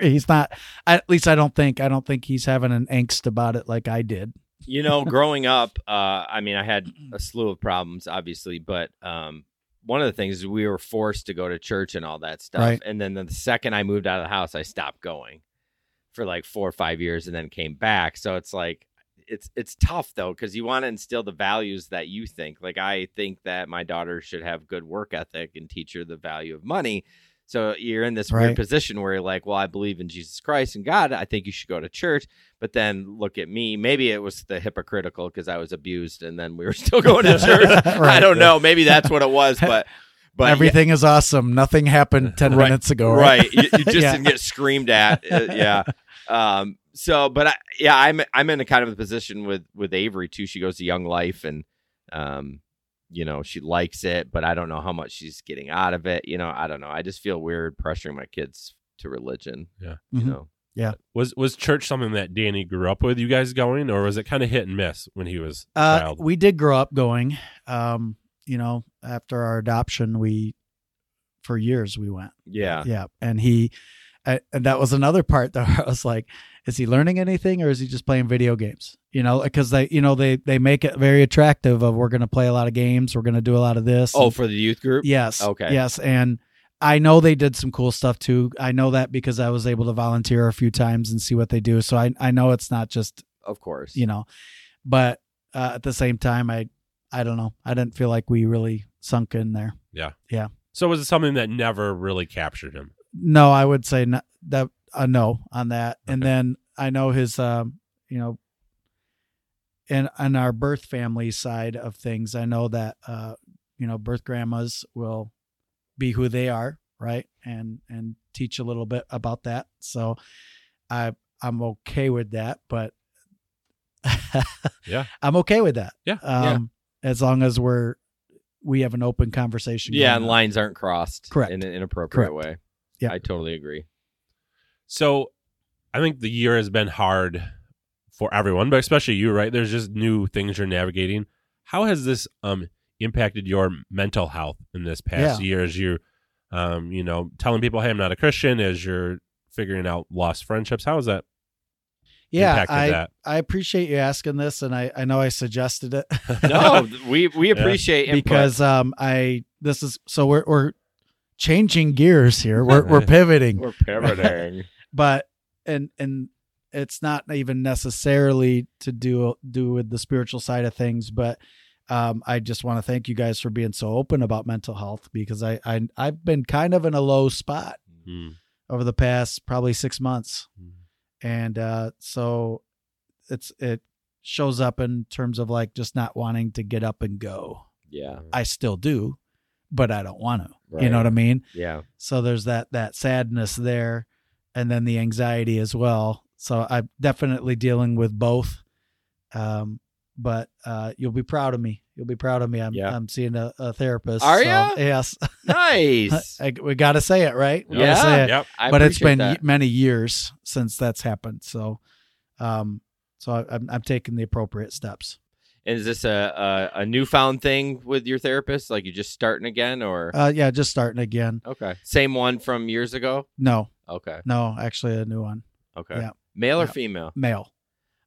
[SPEAKER 3] he's not. At least I don't think. I don't think he's having an angst about it like I did.
[SPEAKER 1] you know, growing up, uh, I mean, I had a slew of problems, obviously, but um, one of the things is we were forced to go to church and all that stuff.
[SPEAKER 3] Right.
[SPEAKER 1] And then the second I moved out of the house, I stopped going for like four or five years, and then came back. So it's like it's it's tough though because you want to instill the values that you think. Like I think that my daughter should have good work ethic and teach her the value of money. So you're in this weird
[SPEAKER 3] Right.
[SPEAKER 1] position where you're like, well, I believe in Jesus Christ and God. I think you should go to church but then look at me. Maybe it was the hypocritical because I was abused and then we were still going to church. I
[SPEAKER 3] Right.
[SPEAKER 1] don't know. Maybe that's what it was, but But yeah,
[SPEAKER 3] Everything is awesome. Nothing happened 10
[SPEAKER 1] Right,
[SPEAKER 3] minutes ago.
[SPEAKER 1] right,
[SPEAKER 3] Right.
[SPEAKER 1] you, you just
[SPEAKER 3] Yeah.
[SPEAKER 1] didn't get screamed at Uh, yeah um so but I, yeah i'm i'm in a kind of a position with with avery too she goes to young life and um you know she likes it but i don't know how much she's getting out of it you know i don't know i just feel weird pressuring my kids to religion
[SPEAKER 2] Yeah.
[SPEAKER 1] you
[SPEAKER 3] Mhm.
[SPEAKER 1] know
[SPEAKER 2] Was was church something that Danny grew up with? You guys going, or was it kind of hit and miss when he was a
[SPEAKER 3] Uh,
[SPEAKER 2] child?
[SPEAKER 3] we did grow up going. Um, you know, after our adoption, we, for years, we went.
[SPEAKER 1] yeah
[SPEAKER 3] Yeah. And he, uh, and that was another part that I was like, is he learning anything or is he just playing video games? You know, because they, you know, they, they make it very attractive of we're going to play a lot of games. We're going to do a lot of this.
[SPEAKER 1] oh for the youth group
[SPEAKER 3] Yes.
[SPEAKER 1] Okay.
[SPEAKER 3] Yes, and I know they did some cool stuff too. I know that because I was able to volunteer a few times and see what they do. So I I know it's not just
[SPEAKER 1] of course
[SPEAKER 3] you know, but uh, at the same time, I I don't know. I didn't feel like we really sunk in there.
[SPEAKER 2] so was it something that never really captured him?
[SPEAKER 3] No, I would say not, that a no on that. And then I know his um, you know. And on our birth family side of things, I know that uh, you know birth grandmas will be who they are right and and teach a little bit about that so i i'm okay with that but
[SPEAKER 2] Yeah.
[SPEAKER 3] i'm okay with that
[SPEAKER 2] Yeah,
[SPEAKER 3] um as long as we're we have an open conversation
[SPEAKER 1] yeah
[SPEAKER 3] going
[SPEAKER 1] and
[SPEAKER 3] on.
[SPEAKER 1] lines aren't crossed
[SPEAKER 3] Correct.
[SPEAKER 1] in an inappropriate
[SPEAKER 3] Correct.
[SPEAKER 1] way
[SPEAKER 3] Yeah.
[SPEAKER 1] i totally agree
[SPEAKER 2] So I think the year has been hard for everyone, but especially you, right? There's just new things you're navigating. How has this um impacted your mental health in this past year as you um, you know, telling people, Hey, I'm not a Christian, as you're figuring out lost friendships? How has that
[SPEAKER 3] yeah
[SPEAKER 2] impacted
[SPEAKER 3] I,
[SPEAKER 2] that?
[SPEAKER 3] I appreciate you asking this and i i know i suggested it
[SPEAKER 1] no we we
[SPEAKER 2] Yeah.
[SPEAKER 1] appreciate input.
[SPEAKER 3] because um i this is so we're we're changing gears here we're we're pivoting
[SPEAKER 1] we're parroting
[SPEAKER 3] but and and it's not even necessarily to do do with the spiritual side of things but um, I just want to thank you guys for being so open about mental health because I, I I've been kind of in a low spot
[SPEAKER 2] Hmm.
[SPEAKER 3] over the past probably six months, and uh, so it's it shows up in terms of like just not wanting to get up and go.
[SPEAKER 1] yeah
[SPEAKER 3] I still do, but I don't want to. You
[SPEAKER 1] Mm. Right.
[SPEAKER 3] know what I mean?
[SPEAKER 1] yeah
[SPEAKER 3] So there's that that sadness there, and then the anxiety as well. So I'm definitely dealing with both. Um, but uh, you'll be proud of me. You'll be proud of me. I'm
[SPEAKER 1] Yeah.
[SPEAKER 3] I'm seeing a, a therapist.
[SPEAKER 1] Are
[SPEAKER 3] so-
[SPEAKER 1] ya?
[SPEAKER 3] Yes.
[SPEAKER 1] nice
[SPEAKER 3] I, we got to say it right. We gotta
[SPEAKER 1] Yeah.
[SPEAKER 3] say it.
[SPEAKER 2] Yep.
[SPEAKER 1] I
[SPEAKER 3] But it's
[SPEAKER 1] appreciate
[SPEAKER 3] been
[SPEAKER 1] that.
[SPEAKER 3] y- many years since that's happened. So, um, so I, I'm I'm taking the appropriate steps.
[SPEAKER 1] And is this a, a a newfound thing with your therapist? Like you're just starting again, or
[SPEAKER 3] Uh, yeah, just starting again.
[SPEAKER 1] okay, same one from years ago?
[SPEAKER 3] No,
[SPEAKER 1] Okay,
[SPEAKER 3] no, actually a new one.
[SPEAKER 1] okay.
[SPEAKER 3] Yeah.
[SPEAKER 1] Male or
[SPEAKER 3] Yeah.
[SPEAKER 1] female?
[SPEAKER 3] Male.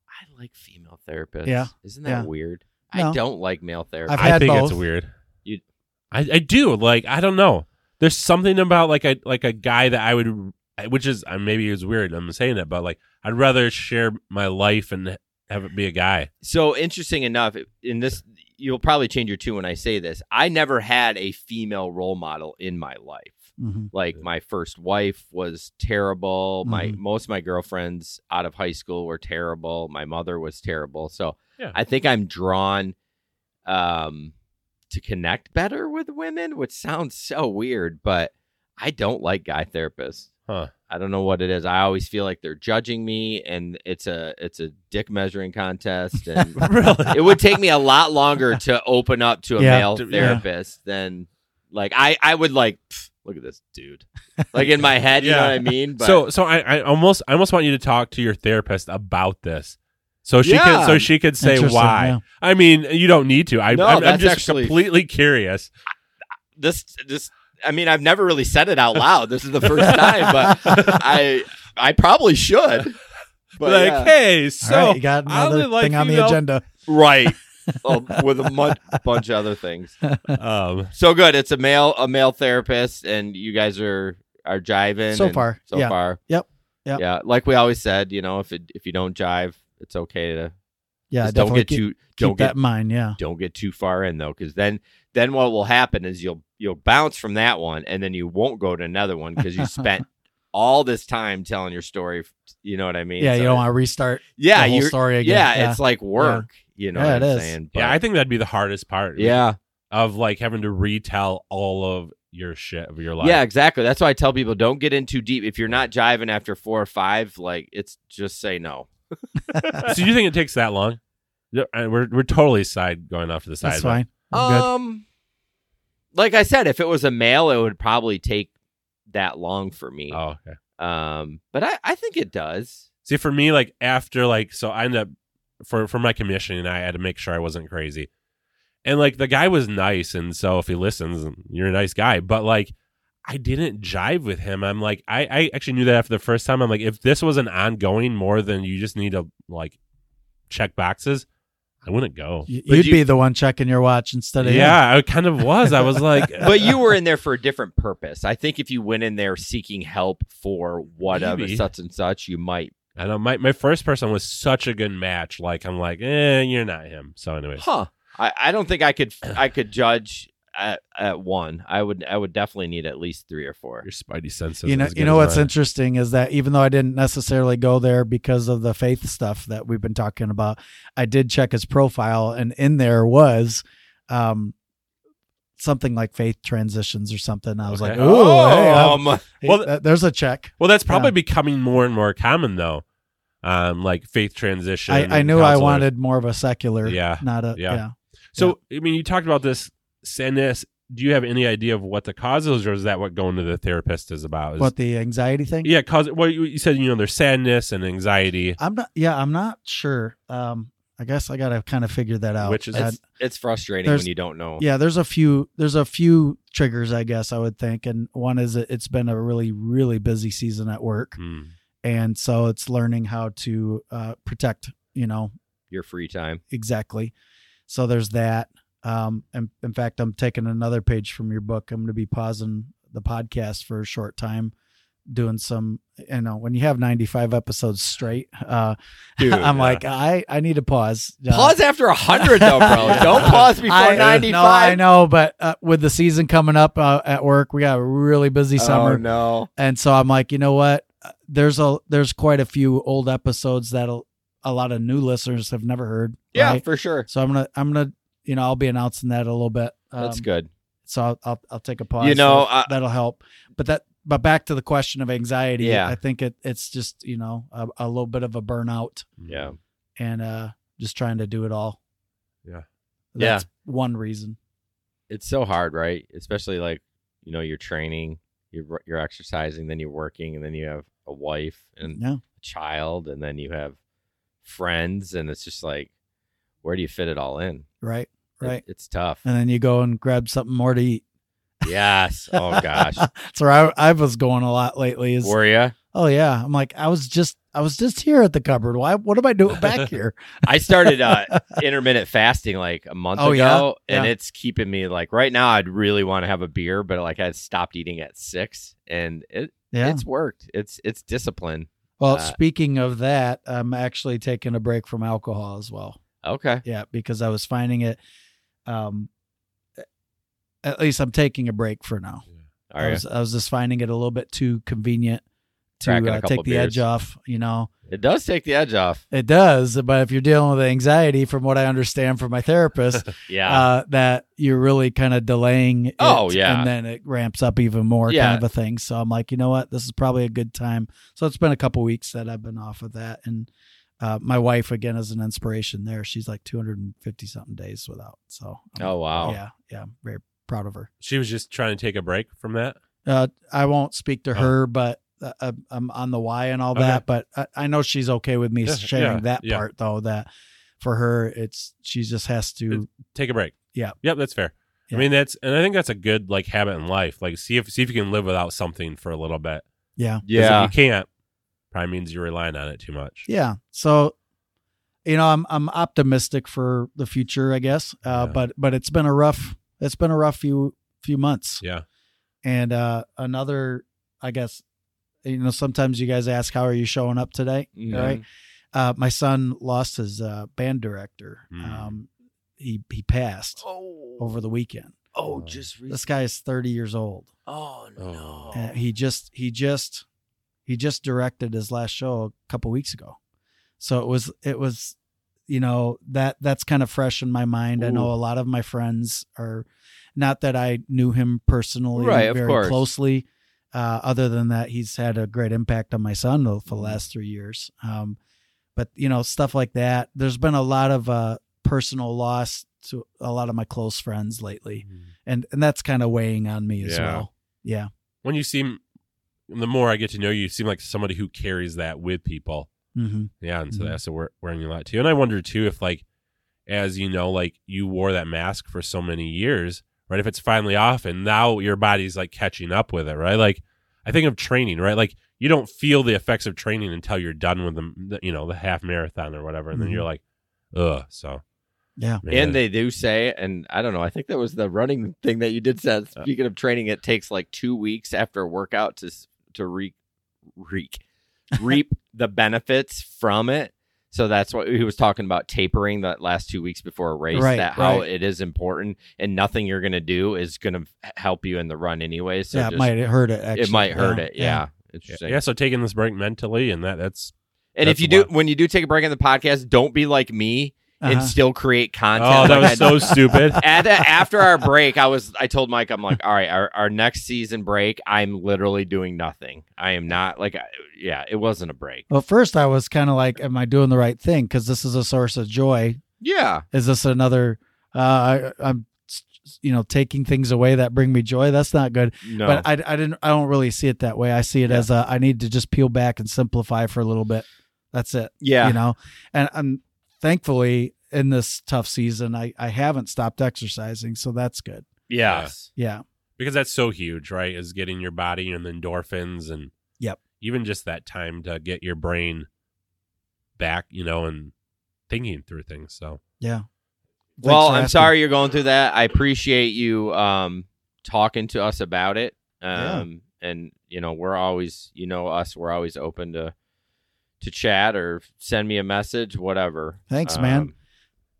[SPEAKER 1] I like female therapists.
[SPEAKER 3] Yeah.
[SPEAKER 1] isn't that
[SPEAKER 3] Yeah.
[SPEAKER 1] weird? I
[SPEAKER 3] No.
[SPEAKER 1] don't like male therapists.
[SPEAKER 3] I've
[SPEAKER 2] I
[SPEAKER 3] had
[SPEAKER 2] think it's
[SPEAKER 3] both.
[SPEAKER 2] weird.
[SPEAKER 1] You-
[SPEAKER 2] I, I do like I don't know. There's something about like a like a guy that I would, which is uh, maybe it's weird. I'm saying that, but like I'd rather share my life and have it be a guy.
[SPEAKER 1] so interesting enough, in this, you'll probably change your tune when I say this. I never had a female role model in my life.
[SPEAKER 3] hmm
[SPEAKER 1] like
[SPEAKER 2] Yeah.
[SPEAKER 1] my first wife was terrible my
[SPEAKER 2] Mm-hmm.
[SPEAKER 3] Mhm.
[SPEAKER 1] most of my girlfriends out of high school were terrible my mother was terrible so
[SPEAKER 2] Yeah.
[SPEAKER 1] i think i'm drawn um to connect better with women which sounds so weird but i don't like guy therapists
[SPEAKER 2] Huh.
[SPEAKER 1] i don't know what it is i always feel like they're judging me and it's a it's a dick measuring contest and
[SPEAKER 2] really?
[SPEAKER 1] it would take me a lot longer to open up to a
[SPEAKER 3] Yeah.
[SPEAKER 1] male
[SPEAKER 2] To- yeah.
[SPEAKER 1] therapist than like I I would like "Pff, look at this dude like in my head you know
[SPEAKER 2] Yeah.
[SPEAKER 1] what I mean but
[SPEAKER 2] so so I, I almost I almost want you to talk to your therapist about this. So she
[SPEAKER 1] Yeah.
[SPEAKER 2] can so she could say
[SPEAKER 3] Interesting,
[SPEAKER 2] why.
[SPEAKER 3] yeah.
[SPEAKER 2] I mean, you don't need to. I,
[SPEAKER 1] No,
[SPEAKER 2] I'm, I'm
[SPEAKER 1] that's
[SPEAKER 2] just
[SPEAKER 1] actually-
[SPEAKER 2] completely curious.
[SPEAKER 1] this this I mean I've never really said it out loud this is the first time but I I probably should but
[SPEAKER 2] like,
[SPEAKER 1] yeah.
[SPEAKER 2] hey, so
[SPEAKER 3] All right, you got
[SPEAKER 2] I only
[SPEAKER 3] another
[SPEAKER 2] like
[SPEAKER 3] thing on the
[SPEAKER 2] female-
[SPEAKER 3] agenda.
[SPEAKER 1] right Oh, with a mun- bunch of other things
[SPEAKER 2] um,
[SPEAKER 1] so good it's a male a male therapist and you guys are are jiving
[SPEAKER 3] So
[SPEAKER 1] and-
[SPEAKER 3] far,
[SPEAKER 1] so
[SPEAKER 3] yeah.
[SPEAKER 1] far
[SPEAKER 3] Yep, yep.
[SPEAKER 1] yeah like we always said you know if it if you don't jive it's okay to
[SPEAKER 3] Yeah,
[SPEAKER 1] Just don't
[SPEAKER 3] definitely
[SPEAKER 1] get
[SPEAKER 3] keep,
[SPEAKER 1] too
[SPEAKER 3] keep
[SPEAKER 1] don't get
[SPEAKER 3] that in mind. Yeah.
[SPEAKER 1] don't get too far in though, because then then what will happen is you'll you'll bounce from that one, and then you won't go to another one because you spent all this time telling your story. f- You know what I mean?
[SPEAKER 3] Yeah,
[SPEAKER 1] So
[SPEAKER 3] you don't want to restart
[SPEAKER 1] yeah,
[SPEAKER 3] the whole
[SPEAKER 1] you're-
[SPEAKER 3] story again.
[SPEAKER 1] yeah, it's like work. You know
[SPEAKER 3] Yeah,
[SPEAKER 1] what
[SPEAKER 3] it
[SPEAKER 1] I'm
[SPEAKER 3] is.
[SPEAKER 1] saying?
[SPEAKER 2] yeah,
[SPEAKER 1] But-
[SPEAKER 2] I think that'd be the hardest part.
[SPEAKER 1] yeah,
[SPEAKER 2] of like having to retell all of your shit of your life.
[SPEAKER 1] Yeah, exactly. That's why I tell people don't get in too deep. If you're not jiving after four or five, like it's just say no.
[SPEAKER 2] so you think it takes that long? Yeah, uh, We're we're totally side going off to the side.
[SPEAKER 3] That's
[SPEAKER 2] but-
[SPEAKER 3] fine. I'm good.
[SPEAKER 1] Um, like I said, if it was a male, it would probably take that long for me.
[SPEAKER 2] Oh, okay.
[SPEAKER 1] Um, but I, I think it does.
[SPEAKER 2] See, for me, like after like so, I ended up for for my commissioning, I had to make sure I wasn't crazy, and like the guy was nice, and so if he listens, you're a nice guy. But like, I didn't jive with him. I'm like, I I actually knew that after the first time. I'm like, if this was an ongoing more than you just need to like check boxes, I wouldn't go.
[SPEAKER 3] Y-
[SPEAKER 1] but
[SPEAKER 3] You'd
[SPEAKER 1] you-
[SPEAKER 3] be the one checking your watch instead of him.
[SPEAKER 2] Yeah, I kind of was. I was like,
[SPEAKER 1] But you were in there for a different purpose. I think if you went in there seeking help for whatever
[SPEAKER 2] Maybe.
[SPEAKER 1] such and such, you might.
[SPEAKER 2] I know my, my first person was such a good match. Like I'm like, eh, you're not him. So anyways,
[SPEAKER 1] Huh. I, I don't think I could I could judge at, at one. I would I would definitely need at least three or four.
[SPEAKER 2] your spidey senses.
[SPEAKER 3] You know,
[SPEAKER 2] as good
[SPEAKER 3] you know
[SPEAKER 2] as
[SPEAKER 3] what's
[SPEAKER 2] mine.
[SPEAKER 3] interesting is that even though I didn't necessarily go there because of the faith stuff that we've been talking about, I did check his profile, and in there was um, something like faith transitions or something. I was
[SPEAKER 2] Okay. Oh,
[SPEAKER 3] like, "Ooh, hey, um,
[SPEAKER 1] um,
[SPEAKER 3] hey,
[SPEAKER 2] well, th-
[SPEAKER 3] th- there's a check."
[SPEAKER 2] Well, that's probably
[SPEAKER 3] Yeah.
[SPEAKER 2] becoming more and more common though. Um, like faith transition.
[SPEAKER 3] I, I
[SPEAKER 2] and
[SPEAKER 3] knew I
[SPEAKER 2] counselors.
[SPEAKER 3] wanted more of a secular,
[SPEAKER 2] Yeah,
[SPEAKER 3] not a
[SPEAKER 2] yeah.
[SPEAKER 3] yeah.
[SPEAKER 2] So I mean, you talked about this sadness. Do you have any idea of what the cause is, or is that what going to the therapist is about? Is-
[SPEAKER 3] What the anxiety thing? Uh,
[SPEAKER 2] yeah, cause. Well, you, you said you know there's sadness and anxiety.
[SPEAKER 3] I'm not. Yeah, I'm not sure. Um, I guess I gotta kind of figure that out.
[SPEAKER 2] Which is-
[SPEAKER 3] I-
[SPEAKER 1] it's, it's frustrating
[SPEAKER 3] There's-
[SPEAKER 1] when you don't know.
[SPEAKER 3] yeah there's a few there's a few triggers i guess i would think and one is that it's been a really really busy season at work
[SPEAKER 2] Hmm.
[SPEAKER 3] and so it's learning how to uh, protect you know
[SPEAKER 1] Your free time.
[SPEAKER 3] exactly so there's that um and in fact i'm taking another page from your book i'm going to be pausing the podcast for a short time doing some you know when you have 95 episodes straight uh
[SPEAKER 2] Dude,
[SPEAKER 3] i'm
[SPEAKER 2] yeah.
[SPEAKER 3] like i i need to pause Uh,
[SPEAKER 1] Pause after a hundred though, bro. Don't pause before
[SPEAKER 3] I- uh,
[SPEAKER 1] ninety
[SPEAKER 3] No, I
[SPEAKER 1] five.
[SPEAKER 3] know, but uh, with the season coming up uh, at work, we got a really busy summer,
[SPEAKER 1] Oh no.
[SPEAKER 3] and so I'm like, you know what? Uh, There's a there's quite a few old episodes that a lot of new listeners have never heard.
[SPEAKER 1] Yeah,
[SPEAKER 3] right?
[SPEAKER 1] for sure.
[SPEAKER 3] So I'm gonna I'm gonna you know I'll be announcing that a little bit.
[SPEAKER 1] That's
[SPEAKER 3] Um,
[SPEAKER 1] good.
[SPEAKER 3] So I'll, I'll I'll take a pause.
[SPEAKER 1] You know,
[SPEAKER 3] So
[SPEAKER 1] I-
[SPEAKER 3] that'll help. But that but back to the question of anxiety.
[SPEAKER 1] Yeah.
[SPEAKER 3] I think it it's just you know a, a little bit of a burnout
[SPEAKER 1] Yeah.
[SPEAKER 3] and uh just trying to do it all.
[SPEAKER 2] Yeah.
[SPEAKER 3] That's one reason.
[SPEAKER 1] It's so hard, right? Especially like, you know, you're training, you're you're exercising, then you're working, and then you have a wife and
[SPEAKER 3] Yeah.
[SPEAKER 1] a child, and then you have friends, and it's just like, where do you fit it all in?
[SPEAKER 3] Right.
[SPEAKER 1] It-
[SPEAKER 3] Right.
[SPEAKER 1] it's tough.
[SPEAKER 3] and then you go and grab something more to eat.
[SPEAKER 1] yes. Oh gosh.
[SPEAKER 3] That's where I, I was going a lot lately. Is
[SPEAKER 1] Were ya?
[SPEAKER 3] oh yeah, I'm like I was just I was just here at the cupboard. Why? What am I doing back here?
[SPEAKER 1] I started uh, intermittent fasting like a month
[SPEAKER 3] Oh,
[SPEAKER 1] ago, and
[SPEAKER 3] Yeah.
[SPEAKER 1] it's keeping me like right now. I'd really want to have a beer, but like I stopped eating at six, and it
[SPEAKER 3] yeah.
[SPEAKER 1] it's worked. It's it's discipline.
[SPEAKER 3] well,
[SPEAKER 1] uh,
[SPEAKER 3] speaking of that, I'm actually taking a break from alcohol as well.
[SPEAKER 1] Okay,
[SPEAKER 3] Yeah, because I was finding it. Um, at least I'm taking a break for now.
[SPEAKER 1] all
[SPEAKER 3] I
[SPEAKER 1] right.
[SPEAKER 3] was I was just finding it a little bit too convenient to
[SPEAKER 1] Cracking a
[SPEAKER 3] uh,
[SPEAKER 1] couple
[SPEAKER 3] take the
[SPEAKER 1] beers.
[SPEAKER 3] edge off. You know,
[SPEAKER 1] It does take the edge off.
[SPEAKER 3] it does. But if you're dealing with anxiety, from what I understand from my therapist,
[SPEAKER 1] Yeah,
[SPEAKER 3] uh, that you're really kind of delaying. It,
[SPEAKER 1] Oh, yeah.
[SPEAKER 3] and then it ramps up even more,
[SPEAKER 1] Yeah.
[SPEAKER 3] kind of a thing. So I'm like, you know what, this is probably a good time. So it's been a couple weeks that I've been off of that, and uh, my wife again is an inspiration there. She's like 250 something days without. So I'm-
[SPEAKER 1] Oh, wow.
[SPEAKER 3] yeah, yeah, I'm very proud of her.
[SPEAKER 2] She was just trying to take a break from that.
[SPEAKER 3] Uh, I won't speak to
[SPEAKER 2] Oh.
[SPEAKER 3] her, but. uh, uh, I'm on the why and all
[SPEAKER 2] Okay.
[SPEAKER 3] that, but I, I know she's okay with me
[SPEAKER 2] Yeah,
[SPEAKER 3] sharing
[SPEAKER 2] yeah,
[SPEAKER 3] that
[SPEAKER 2] yeah.
[SPEAKER 3] part though. That for her, it's she just has to.
[SPEAKER 2] Take a break.
[SPEAKER 3] Yeah.
[SPEAKER 2] Yep, that's fair.
[SPEAKER 3] Yeah.
[SPEAKER 2] I mean, that's and I think that's a good like habit in life. Like, see if see if you can live without something for a little bit.
[SPEAKER 3] yeah,
[SPEAKER 2] 'Cause
[SPEAKER 1] yeah.
[SPEAKER 2] If you can't, probably means you're relying on it too much.
[SPEAKER 3] Yeah. So, you know, I'm I'm optimistic for the future, I guess. Uh,
[SPEAKER 2] Yeah.
[SPEAKER 3] But but it's been a rough it's been a rough few few months.
[SPEAKER 2] Yeah.
[SPEAKER 3] And uh, another, I guess, you know, sometimes you guys ask, "How are you showing up today?"
[SPEAKER 1] Mhm.
[SPEAKER 3] Right. Uh, my son lost his uh, band director.
[SPEAKER 2] Mm.
[SPEAKER 3] Um, he he passed
[SPEAKER 1] Oh,
[SPEAKER 3] over the weekend.
[SPEAKER 1] oh, just re-
[SPEAKER 3] This guy is 30 years old.
[SPEAKER 1] oh no.
[SPEAKER 2] Oh.
[SPEAKER 3] Uh, he just he just he just directed his last show a couple weeks ago so it was it was you know that that's kind of fresh in my mind. I know a lot of my friends are not that I knew him personally
[SPEAKER 1] Right, of
[SPEAKER 3] very
[SPEAKER 1] course.
[SPEAKER 3] closely. Uh, other than that, he's had a great impact on my son though
[SPEAKER 1] Mm-hmm.
[SPEAKER 3] for the last three years. Um, but you know stuff like that. There's been a lot of uh, personal loss to a lot of my close friends
[SPEAKER 1] Mm.
[SPEAKER 3] lately, and and that's kind of weighing on me as
[SPEAKER 2] Yeah.
[SPEAKER 3] well. Yeah,
[SPEAKER 2] When you seem, the more I get to know you, you seem like somebody who carries that with people.
[SPEAKER 3] hmm
[SPEAKER 2] Yeah, and so
[SPEAKER 3] Mhm.
[SPEAKER 2] that's a wor- wearing a lot too. And I wonder too if like, as you know, like you wore that mask for so many years, right? If it's finally off and now your body's like catching up with it, right? Like I think of training, right? Like you don't feel the effects of training until you're done with the, the you know the half marathon or whatever, and then
[SPEAKER 3] Mhm.
[SPEAKER 2] you're like, ugh. So
[SPEAKER 3] yeah.
[SPEAKER 2] man,
[SPEAKER 1] And they do say, and I don't know, I think that was the running thing that you did say.
[SPEAKER 3] Uh,
[SPEAKER 1] Speaking of training, it takes like two weeks after a workout to s- to reek, reek, reap the benefits from it. So that's what he was talking about tapering that last two weeks before a race.
[SPEAKER 3] Right,
[SPEAKER 1] that how
[SPEAKER 3] right.
[SPEAKER 1] it is important, and nothing you're going to do is going to help you in the run anyway. So
[SPEAKER 3] yeah, it
[SPEAKER 1] just-
[SPEAKER 3] might hurt it. Actually.
[SPEAKER 1] it might hurt
[SPEAKER 3] Yeah,
[SPEAKER 1] it. Yeah, interesting.
[SPEAKER 2] yeah. So taking this break mentally and that that's
[SPEAKER 1] And
[SPEAKER 2] That's
[SPEAKER 1] if you do,
[SPEAKER 2] wild.
[SPEAKER 1] when you do take a break in the podcast, don't be like me and
[SPEAKER 3] Uh-huh.
[SPEAKER 1] still create content.
[SPEAKER 2] oh that
[SPEAKER 1] like I
[SPEAKER 2] was so stupid.
[SPEAKER 1] at, after our break, I was I told Mike I'm like, all right, our, our next season break, I'm literally doing nothing. I am not like, I- yeah, it wasn't a break.
[SPEAKER 3] Well, first I was kind of like, "Am I doing the right thing?" Because this is a source of joy.
[SPEAKER 1] Yeah,
[SPEAKER 3] Is this another? Uh, I, I'm, you know, taking things away that bring me joy. That's not good.
[SPEAKER 1] no,
[SPEAKER 3] But I, I didn't. I don't really see it that way. I see it
[SPEAKER 1] Yeah.
[SPEAKER 3] as a, I need to just peel back and simplify for a little bit. That's it.
[SPEAKER 1] yeah,
[SPEAKER 3] You know, and I'm thankfully in this tough season, I I haven't stopped exercising, so that's good.
[SPEAKER 1] yes,
[SPEAKER 3] Yeah.
[SPEAKER 2] because that's so huge, right? Is getting your body and the endorphins and
[SPEAKER 3] Yep.
[SPEAKER 2] even just that time to get your brain back, you know, and thinking through things. So
[SPEAKER 3] Yeah.
[SPEAKER 1] well,
[SPEAKER 3] Thanks for
[SPEAKER 1] I'm
[SPEAKER 3] asking.
[SPEAKER 1] sorry you're going through that. I appreciate you um talking to us about it. Um and you know, we're always, you know us, we're always open to to chat or send me a message, whatever. Um,
[SPEAKER 3] Thanks, man.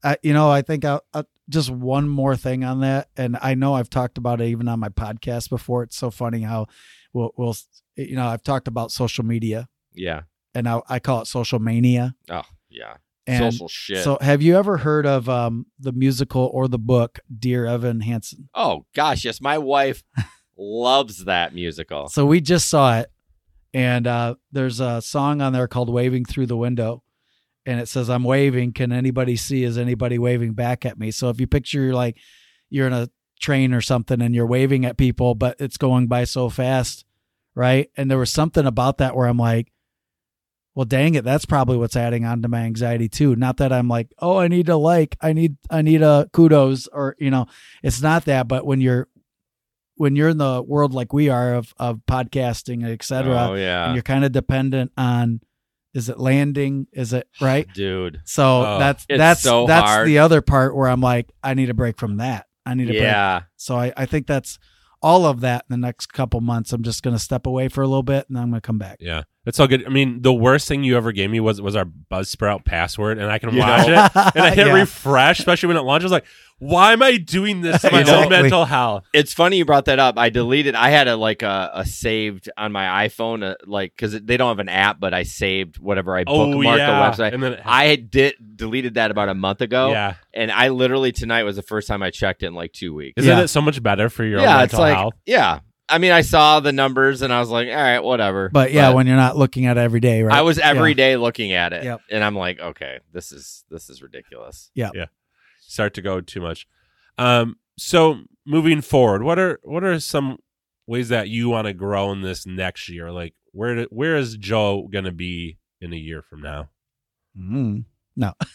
[SPEAKER 3] I, you know, I think I, I just one more thing on that, and I know I've talked about it even on my podcast before. It's so funny how we'll, we'll you know, I've talked about social media,
[SPEAKER 1] Yeah.
[SPEAKER 3] and I, I call it social mania.
[SPEAKER 1] Oh, yeah.
[SPEAKER 3] And
[SPEAKER 1] Social shit.
[SPEAKER 3] So, have you ever heard of um, the musical or the book Dear Evan Hansen?
[SPEAKER 1] Oh gosh, yes, my wife loves that musical.
[SPEAKER 3] So we just saw it, and uh, there's a song on there called "Waving Through the Window." And it says, "I'm waving. Can anybody see? Is anybody waving back at me?" So if you picture you're like you're in a train or something and you're waving at people, but it's going by so fast, right? And there was something about that where I'm like, "Well, dang it, that's probably what's adding on to my anxiety too." Not that I'm like, "Oh, I need to like, I need, I need a kudos," or you know, it's not that. But when you're when you're in the world like we are of of podcasting, et cetera,
[SPEAKER 1] Oh
[SPEAKER 3] and
[SPEAKER 1] yeah,
[SPEAKER 3] you're kind of dependent on is it landing? Is it right?
[SPEAKER 1] dude.
[SPEAKER 3] So
[SPEAKER 2] Oh,
[SPEAKER 3] that's
[SPEAKER 1] it's
[SPEAKER 3] that's
[SPEAKER 1] so
[SPEAKER 3] that's
[SPEAKER 1] hard.
[SPEAKER 3] the other part where I'm like, I need a break from that. I need a break.
[SPEAKER 1] Yeah,
[SPEAKER 3] So I, I think that's all of that in the next couple months. I'm just gonna step away for a little bit and then I'm gonna come back.
[SPEAKER 2] yeah, that's all good. I mean, the worst thing you ever gave me was was our Buzzsprout password, and I can
[SPEAKER 1] You
[SPEAKER 2] watch
[SPEAKER 1] know.
[SPEAKER 2] it and I hit
[SPEAKER 3] Yeah.
[SPEAKER 2] refresh, especially when it launches. Like, why am I doing this to my own
[SPEAKER 3] Exactly.
[SPEAKER 2] mental health?
[SPEAKER 1] it's funny you brought that up. I deleted. I had a like a, a saved on my iPhone, uh like because they don't have an app, but I saved whatever I
[SPEAKER 2] Oh
[SPEAKER 1] bookmarked
[SPEAKER 2] yeah,
[SPEAKER 1] the website.
[SPEAKER 2] and then it-
[SPEAKER 1] I had did deleted that about a month ago,
[SPEAKER 2] yeah,
[SPEAKER 1] and I literally tonight was the first time I checked it in like two weeks.
[SPEAKER 2] isn't
[SPEAKER 3] Yeah.
[SPEAKER 2] it so much better for your own
[SPEAKER 1] yeah, it's
[SPEAKER 2] mental
[SPEAKER 1] like
[SPEAKER 2] health?
[SPEAKER 1] yeah. I mean, I saw the numbers and I was like, all right, whatever.
[SPEAKER 3] But yeah, when you're not looking at it every day, right?
[SPEAKER 1] I was every
[SPEAKER 3] Yeah.
[SPEAKER 1] day looking at it,
[SPEAKER 3] Yep.
[SPEAKER 1] and I'm like, okay, this is this is ridiculous.
[SPEAKER 2] start to go too much. Um, so moving forward, what are what are some ways that you want to grow in this next year? Like where do- where is Joe gonna be in a year from now?
[SPEAKER 3] Mm.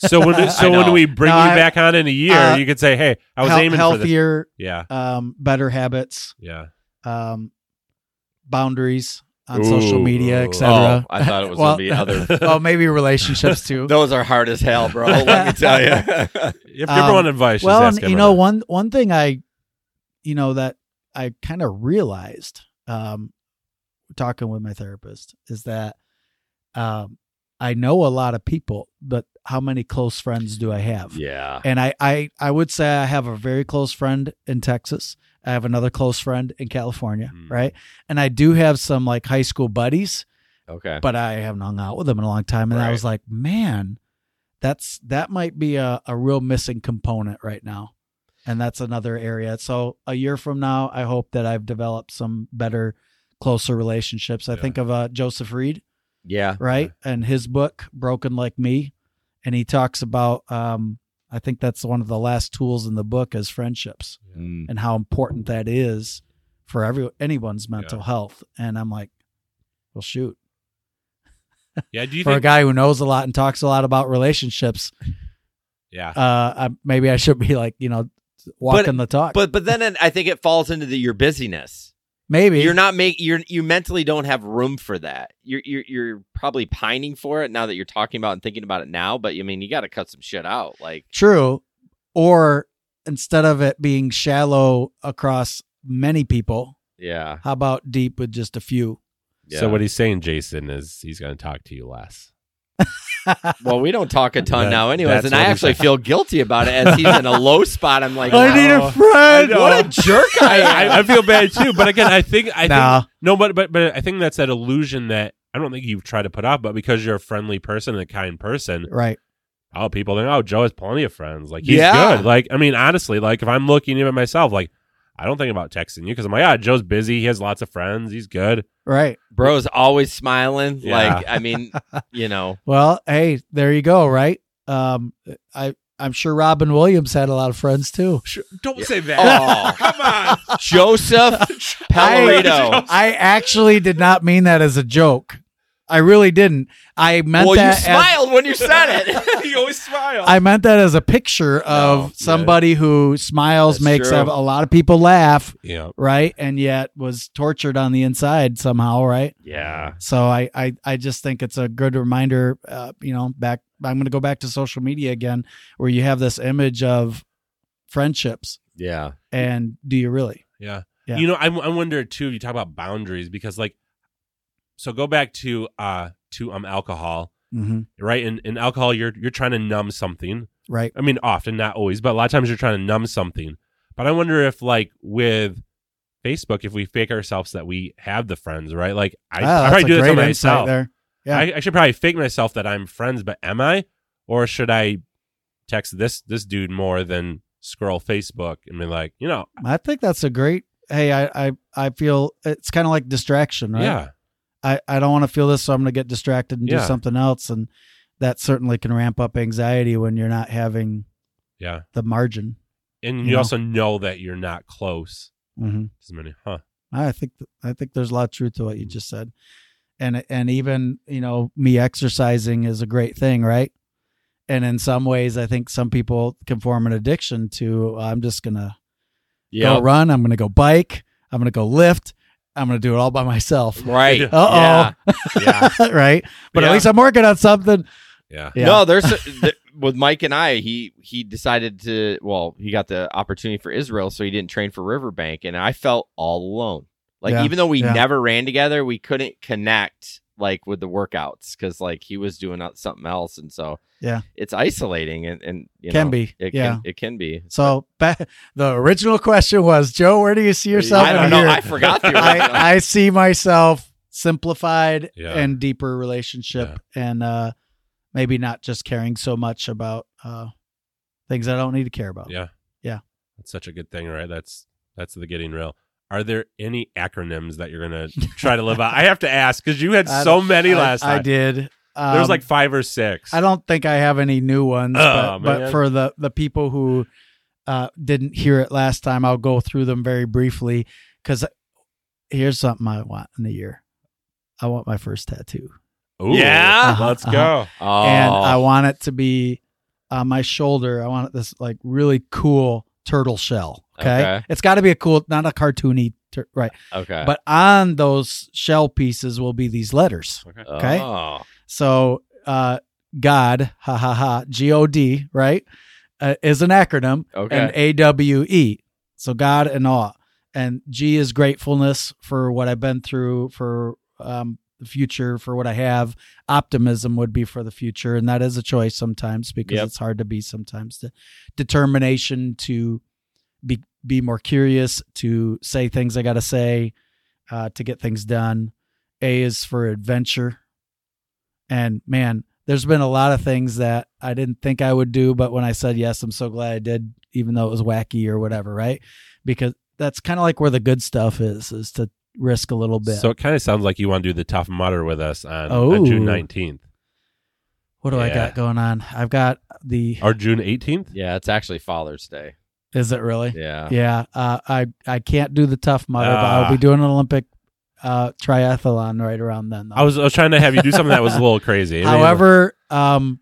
[SPEAKER 2] So when so
[SPEAKER 1] I know.
[SPEAKER 2] when we bring
[SPEAKER 3] No,
[SPEAKER 2] you
[SPEAKER 3] I-
[SPEAKER 2] back on in a year,
[SPEAKER 3] uh,
[SPEAKER 2] you could say, "Hey, I was
[SPEAKER 3] Hel-
[SPEAKER 2] aiming for this."
[SPEAKER 3] healthier,
[SPEAKER 2] Yeah,
[SPEAKER 3] um, better habits,
[SPEAKER 2] yeah.
[SPEAKER 3] um, boundaries on
[SPEAKER 1] Ooh.
[SPEAKER 3] social media,
[SPEAKER 2] Oh,
[SPEAKER 3] etc.
[SPEAKER 1] I thought it was
[SPEAKER 3] Well,
[SPEAKER 1] gonna be other
[SPEAKER 3] oh, maybe relationships too.
[SPEAKER 1] Those are hard as hell, bro. Let me tell you.
[SPEAKER 2] If you
[SPEAKER 3] Um,
[SPEAKER 2] ever want advice,
[SPEAKER 3] well,
[SPEAKER 2] just
[SPEAKER 3] and,
[SPEAKER 2] ask him
[SPEAKER 3] you know
[SPEAKER 2] about
[SPEAKER 3] one one thing I, you know that I kind of realized, um, talking with my therapist is that, um, I know a lot of people, but how many close friends do I have?
[SPEAKER 1] yeah.
[SPEAKER 3] And I I I would say I have a very close friend in Texas. I have another close friend in California,
[SPEAKER 2] Mm.
[SPEAKER 3] right? And I do have some like high school buddies
[SPEAKER 1] Okay.
[SPEAKER 3] but I haven't hung out with them in a long time. And I
[SPEAKER 1] Right.
[SPEAKER 3] was like, man, that's that might be a, a real missing component right now and that's another area so a year from now i hope that i've developed some better closer relationships i
[SPEAKER 2] Yeah.
[SPEAKER 3] think of uh, joseph reed
[SPEAKER 1] Yeah.
[SPEAKER 3] right and his book broken like me and he talks about um, i think that's one of the last tools in the book is friendships
[SPEAKER 1] Mm.
[SPEAKER 3] and how important that is for every anyone's mental health and i'm like well shoot
[SPEAKER 2] Yeah. Do you
[SPEAKER 3] for a
[SPEAKER 2] think?
[SPEAKER 3] guy who knows a lot and talks a lot about relationships
[SPEAKER 2] Yeah.
[SPEAKER 3] uh, I, maybe I should be like, you know, walking the talk.
[SPEAKER 1] But but then it, I think it falls into the your busyness.
[SPEAKER 3] maybe
[SPEAKER 1] You're not make you're you mentally don't have room for that. You're you're you're probably pining for it now that you're talking about and thinking about it now. But I mean, you got to cut some shit out. Like
[SPEAKER 3] true, or instead of it being shallow across many people,
[SPEAKER 1] yeah.
[SPEAKER 3] how about deep with just a few?
[SPEAKER 1] yeah.
[SPEAKER 2] So what he's saying, Jason, is he's going to talk to you less.
[SPEAKER 1] Well, we don't talk a ton
[SPEAKER 2] That-
[SPEAKER 1] now, anyways,
[SPEAKER 2] that's
[SPEAKER 1] and I
[SPEAKER 2] what he
[SPEAKER 1] actually
[SPEAKER 2] said.
[SPEAKER 1] feel guilty about it as he's in a low spot. I'm like,
[SPEAKER 3] I need a
[SPEAKER 2] know.
[SPEAKER 3] friend.
[SPEAKER 2] I know.
[SPEAKER 3] What a jerk I
[SPEAKER 2] I,
[SPEAKER 3] am.
[SPEAKER 2] I, I feel bad too, but again, I think I think
[SPEAKER 3] nah,
[SPEAKER 2] No, but but but I think that's that illusion that I don't think you've tried to put up, but because you're a friendly person and a kind person,
[SPEAKER 3] right.
[SPEAKER 2] oh people think, oh, Joe has plenty of friends. Like he's
[SPEAKER 1] Yeah.
[SPEAKER 2] good. Like, I mean, honestly, like if I'm looking even at myself, like I don't think about texting you because I'm like, ah, Joe's busy, he has lots of friends, he's good.
[SPEAKER 3] Right.
[SPEAKER 1] bro's always smiling.
[SPEAKER 2] Yeah.
[SPEAKER 1] Like, I mean, you know,
[SPEAKER 3] Well, hey, there you go, right? Um I I'm sure Robin Williams had a lot of friends too.
[SPEAKER 2] Don't
[SPEAKER 1] Yeah.
[SPEAKER 2] say
[SPEAKER 1] oh,
[SPEAKER 2] Come on.
[SPEAKER 1] Joseph Pellerito.
[SPEAKER 3] I actually did not mean that as a joke. I really didn't. I meant
[SPEAKER 1] Well, you
[SPEAKER 3] that as
[SPEAKER 1] smiled when you said it.
[SPEAKER 2] you always smile.
[SPEAKER 3] I meant that as a picture of
[SPEAKER 1] No,
[SPEAKER 3] somebody who smiles,
[SPEAKER 1] That's
[SPEAKER 3] makes
[SPEAKER 1] true.
[SPEAKER 3] a lot of people laugh,
[SPEAKER 2] yeah.
[SPEAKER 3] right? And yet was tortured on the inside somehow, right?
[SPEAKER 2] Yeah.
[SPEAKER 3] So I, I, I just think it's a good reminder, uh, you know, back, I'm going to go back to social media again, where you have this image of friendships.
[SPEAKER 1] Yeah.
[SPEAKER 3] And do you really?
[SPEAKER 2] Yeah.
[SPEAKER 3] Yeah.
[SPEAKER 2] You know, I, I wonder too, you talk about boundaries because like so go back to uh to um alcohol.
[SPEAKER 3] hmm
[SPEAKER 2] right? In in alcohol, you're you're trying to numb something.
[SPEAKER 3] Right.
[SPEAKER 2] I mean, often, not always, but a lot of times you're trying to numb something. But I wonder if, like, with Facebook, if we fake ourselves that we have the friends, right? Like, I, I
[SPEAKER 3] Ah, that's
[SPEAKER 2] probably
[SPEAKER 3] a
[SPEAKER 2] do this
[SPEAKER 3] great
[SPEAKER 2] to
[SPEAKER 3] insight
[SPEAKER 2] myself.
[SPEAKER 3] there. yeah.
[SPEAKER 2] I, I should probably fake myself that I'm friends, but am I? Or should I text this this dude more than scroll Facebook and be like, you know,
[SPEAKER 3] I think that's a great, Hey, I, I, I feel it's kind of like distraction, right?
[SPEAKER 2] yeah,
[SPEAKER 3] I, I don't want to feel this, so I'm going to get distracted and do
[SPEAKER 2] Yeah.
[SPEAKER 3] something else. And that certainly can ramp up anxiety when you're not having
[SPEAKER 2] yeah,
[SPEAKER 3] the margin.
[SPEAKER 2] and
[SPEAKER 3] You
[SPEAKER 2] you,
[SPEAKER 3] know.
[SPEAKER 2] also know that you're not close.
[SPEAKER 3] Mm-hmm.
[SPEAKER 2] As many, huh?
[SPEAKER 3] I think th- I think there's a lot of truth to what you just said, and and even you know me exercising is a great thing, right? And in some ways, I think some people can form an addiction to I'm just gonna go run, I'm gonna go bike, I'm gonna go lift, I'm gonna do it all by myself.
[SPEAKER 1] Right.
[SPEAKER 3] Uh oh,
[SPEAKER 1] Yeah.
[SPEAKER 2] Yeah,
[SPEAKER 3] right? But at
[SPEAKER 2] Yeah.
[SPEAKER 3] least I'm working on something.
[SPEAKER 2] yeah,
[SPEAKER 3] Yeah.
[SPEAKER 1] No, there's th- with Mike and I. He he decided to. Well, he got the opportunity for Israel, so he didn't train for Riverbank, and I felt all alone. Like
[SPEAKER 3] Yeah,
[SPEAKER 1] even though we
[SPEAKER 3] yeah.
[SPEAKER 1] never ran together, we couldn't connect like with the workouts because like he was doing out- something else, and so
[SPEAKER 3] Yeah.
[SPEAKER 1] it's isolating and and you
[SPEAKER 3] Can
[SPEAKER 1] know,
[SPEAKER 3] be,
[SPEAKER 1] it
[SPEAKER 3] yeah.
[SPEAKER 1] can, it can be.
[SPEAKER 3] So ba- the original question was, Joe, where do you see yourself?
[SPEAKER 1] I
[SPEAKER 3] in a
[SPEAKER 1] don't know.
[SPEAKER 3] year?
[SPEAKER 1] I forgot. The original.
[SPEAKER 3] I, I see myself simplified
[SPEAKER 2] Yeah.
[SPEAKER 3] and deeper relationship and uh maybe not just caring so much about uh things I don't need to care about.
[SPEAKER 2] Yeah.
[SPEAKER 3] Yeah.
[SPEAKER 2] That's such a good thing, right? That's that's the getting real. Are there any acronyms that you're gonna try to live out? I have to ask because you had
[SPEAKER 3] I-
[SPEAKER 2] so many
[SPEAKER 3] I-
[SPEAKER 2] last
[SPEAKER 3] I,
[SPEAKER 2] time.
[SPEAKER 3] did. Um,
[SPEAKER 2] There's like five or six.
[SPEAKER 3] I don't think I have any new ones, but,
[SPEAKER 2] Oh,
[SPEAKER 3] but
[SPEAKER 2] man.
[SPEAKER 3] for the the people who uh, didn't hear it last time, I'll go through them very briefly. Because here's something I want in a year: I want my first tattoo,
[SPEAKER 2] Ooh,
[SPEAKER 1] Yeah?
[SPEAKER 2] let's
[SPEAKER 3] Uh-huh,
[SPEAKER 2] go.
[SPEAKER 1] oh,
[SPEAKER 3] and I want it to be on my shoulder. I want it this like really cool turtle shell. Okay,
[SPEAKER 1] Okay.
[SPEAKER 3] it's got to be a cool, not a cartoony, tur- right?
[SPEAKER 1] okay.
[SPEAKER 3] But on those shell pieces will be these letters. okay.
[SPEAKER 1] Oh.
[SPEAKER 3] So, uh, God, ha ha ha, G O D, right, uh, is an acronym,
[SPEAKER 1] Okay.
[SPEAKER 3] and A W E. So God and awe, and G is gratefulness for what I've been through, for um, the future, for what I have. Optimism would be for the future, and that is a choice sometimes because
[SPEAKER 1] Yep.
[SPEAKER 3] it's hard to be sometimes. The determination to be be more curious, to say things I got to say, uh, to get things done. A is for adventure. And man, there's been a lot of things that I didn't think I would do, but when I said yes, I'm so glad I did, even though it was wacky or whatever, right? Because that's kind of like where the good stuff is, is to risk a little bit.
[SPEAKER 2] So it kind of sounds like you want to do the tough mutter with us on,
[SPEAKER 3] Oh.
[SPEAKER 2] on June 19th
[SPEAKER 3] what do I
[SPEAKER 2] yeah.
[SPEAKER 3] got going on? I've got the.
[SPEAKER 2] or June 18th.
[SPEAKER 1] Yeah, it's actually Father's Day.
[SPEAKER 3] Is it really?
[SPEAKER 1] Yeah.
[SPEAKER 3] Yeah, uh, I I can't do the tough mudder, but I'll
[SPEAKER 2] Ah.
[SPEAKER 3] be doing an Olympic uh, triathlon right around then. Though.
[SPEAKER 2] I was I was trying to have you do something that was a little crazy.
[SPEAKER 3] However, um,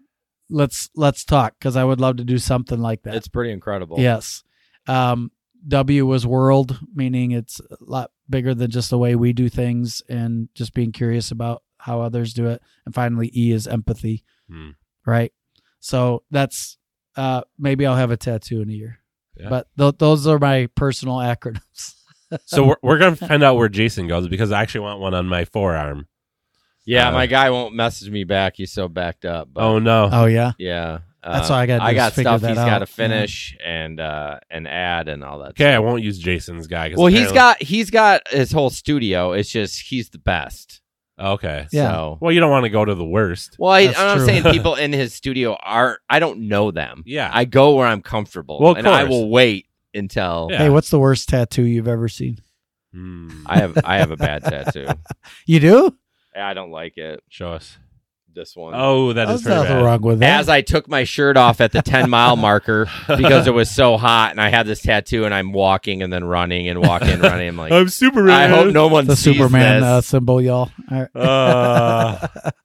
[SPEAKER 3] let's let's talk because I would love to do something like that.
[SPEAKER 1] It's pretty incredible.
[SPEAKER 3] yes, um, W was world, meaning it's a lot bigger than just the way we do things, and just being curious about how others do it. And finally, E is empathy,
[SPEAKER 2] Hmm.
[SPEAKER 3] right? So that's uh, maybe I'll have a tattoo in a year.
[SPEAKER 2] Yeah.
[SPEAKER 3] But th- those are my personal acronyms.
[SPEAKER 2] so we're, we're gonna find out where Jason goes because I actually want one on my forearm.
[SPEAKER 1] Yeah,
[SPEAKER 2] Uh,
[SPEAKER 1] my guy won't message me back. He's so backed up. But
[SPEAKER 2] oh no!
[SPEAKER 3] Oh yeah.
[SPEAKER 1] yeah. Uh,
[SPEAKER 3] That's all I gotta do
[SPEAKER 1] I
[SPEAKER 3] is
[SPEAKER 1] got
[SPEAKER 3] figure
[SPEAKER 1] stuff
[SPEAKER 3] that
[SPEAKER 1] he's got to
[SPEAKER 3] out. Yeah.
[SPEAKER 1] finish and uh and add and all that.
[SPEAKER 2] okay, I won't use Jason's guy. 'cause
[SPEAKER 1] Well, he's
[SPEAKER 2] apparently-
[SPEAKER 1] got he's got his whole studio. It's just he's the best.
[SPEAKER 2] okay.
[SPEAKER 3] Yeah.
[SPEAKER 1] So
[SPEAKER 2] Well, you don't want to go to the worst.
[SPEAKER 1] well, I, I'm
[SPEAKER 3] That's
[SPEAKER 1] not
[SPEAKER 3] true.
[SPEAKER 1] saying people in his studio are. I don't know them.
[SPEAKER 2] Yeah.
[SPEAKER 1] I go where I'm comfortable.
[SPEAKER 2] Well, of
[SPEAKER 1] and I
[SPEAKER 2] course.
[SPEAKER 1] will wait until
[SPEAKER 2] Yeah.
[SPEAKER 3] Hey, what's the worst tattoo you've ever seen?
[SPEAKER 2] Hmm.
[SPEAKER 1] I have I have a bad tattoo.
[SPEAKER 3] You do?
[SPEAKER 1] I don't like it.
[SPEAKER 2] Show us.
[SPEAKER 1] This one.
[SPEAKER 2] Oh, that is
[SPEAKER 3] There's
[SPEAKER 2] pretty
[SPEAKER 3] nothing
[SPEAKER 2] bad.
[SPEAKER 3] wrong with that.
[SPEAKER 1] As I took my shirt off at the 10 mile marker because it was so hot and I had this tattoo and I'm walking and then running and walking running. I'm like,
[SPEAKER 2] I'm super.
[SPEAKER 1] I hope no one
[SPEAKER 3] the
[SPEAKER 1] sees
[SPEAKER 3] Superman uh,
[SPEAKER 1] this.
[SPEAKER 3] symbol, y'all. All right.
[SPEAKER 2] Uh,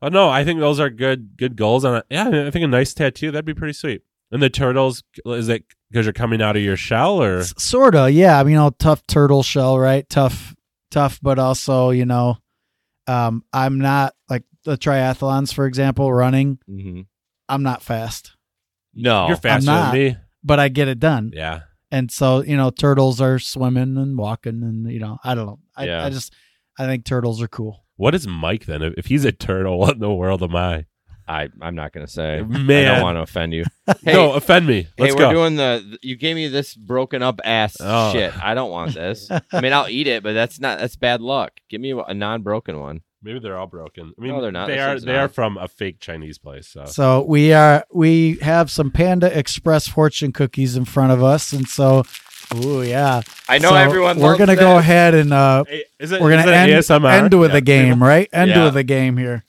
[SPEAKER 2] oh no, I think those are good good goals. And I- yeah, I think a nice tattoo that'd be pretty sweet. And the turtles is it because you're coming out of your shell or
[SPEAKER 3] Sort of, yeah. I mean, all tough turtle shell, right? Tough, tough, but also, you know, um, I'm not like the triathlons, for example, running.
[SPEAKER 1] Mhm.
[SPEAKER 3] I'm not fast,
[SPEAKER 1] No,
[SPEAKER 2] you're faster
[SPEAKER 3] not.
[SPEAKER 2] than me?
[SPEAKER 3] but I get it done.
[SPEAKER 2] Yeah,
[SPEAKER 3] And so, you know, turtles are swimming and walking, and you know, I don't know. I,
[SPEAKER 1] Yeah.
[SPEAKER 3] I just, I think turtles are cool.
[SPEAKER 2] What is Mike then? If if he's a turtle, what in the world am I?
[SPEAKER 1] I, I'm not going to say. I
[SPEAKER 2] Man.
[SPEAKER 1] don't want to offend you. Hey,
[SPEAKER 3] uh,
[SPEAKER 2] no, offend me.
[SPEAKER 1] hey
[SPEAKER 2] Let's
[SPEAKER 1] we're
[SPEAKER 2] go.
[SPEAKER 1] doing the. You gave me this broken up ass
[SPEAKER 2] Oh.
[SPEAKER 1] shit. I don't want this. I mean, I'll eat it, but that's not. That's bad luck. Give me a non broken one.
[SPEAKER 2] Maybe they're all broken. I mean,
[SPEAKER 1] No, they're not.
[SPEAKER 2] They
[SPEAKER 1] This
[SPEAKER 2] are.
[SPEAKER 1] one's
[SPEAKER 2] They
[SPEAKER 1] not.
[SPEAKER 2] are from a fake Chinese place.
[SPEAKER 1] Uh,
[SPEAKER 2] So
[SPEAKER 3] So we are, we have some Panda Express fortune cookies in front of us, and so, ooh, yeah.
[SPEAKER 1] I know
[SPEAKER 3] So
[SPEAKER 1] everyone.
[SPEAKER 3] We're
[SPEAKER 1] loves
[SPEAKER 3] gonna go
[SPEAKER 1] this.
[SPEAKER 3] ahead and uh,
[SPEAKER 2] Hey, is it,
[SPEAKER 3] we're
[SPEAKER 2] is
[SPEAKER 3] gonna
[SPEAKER 2] it
[SPEAKER 3] end,
[SPEAKER 2] ASMR?
[SPEAKER 3] end with
[SPEAKER 2] Yeah.
[SPEAKER 3] a game, right? End
[SPEAKER 1] Yeah.
[SPEAKER 3] with a game here.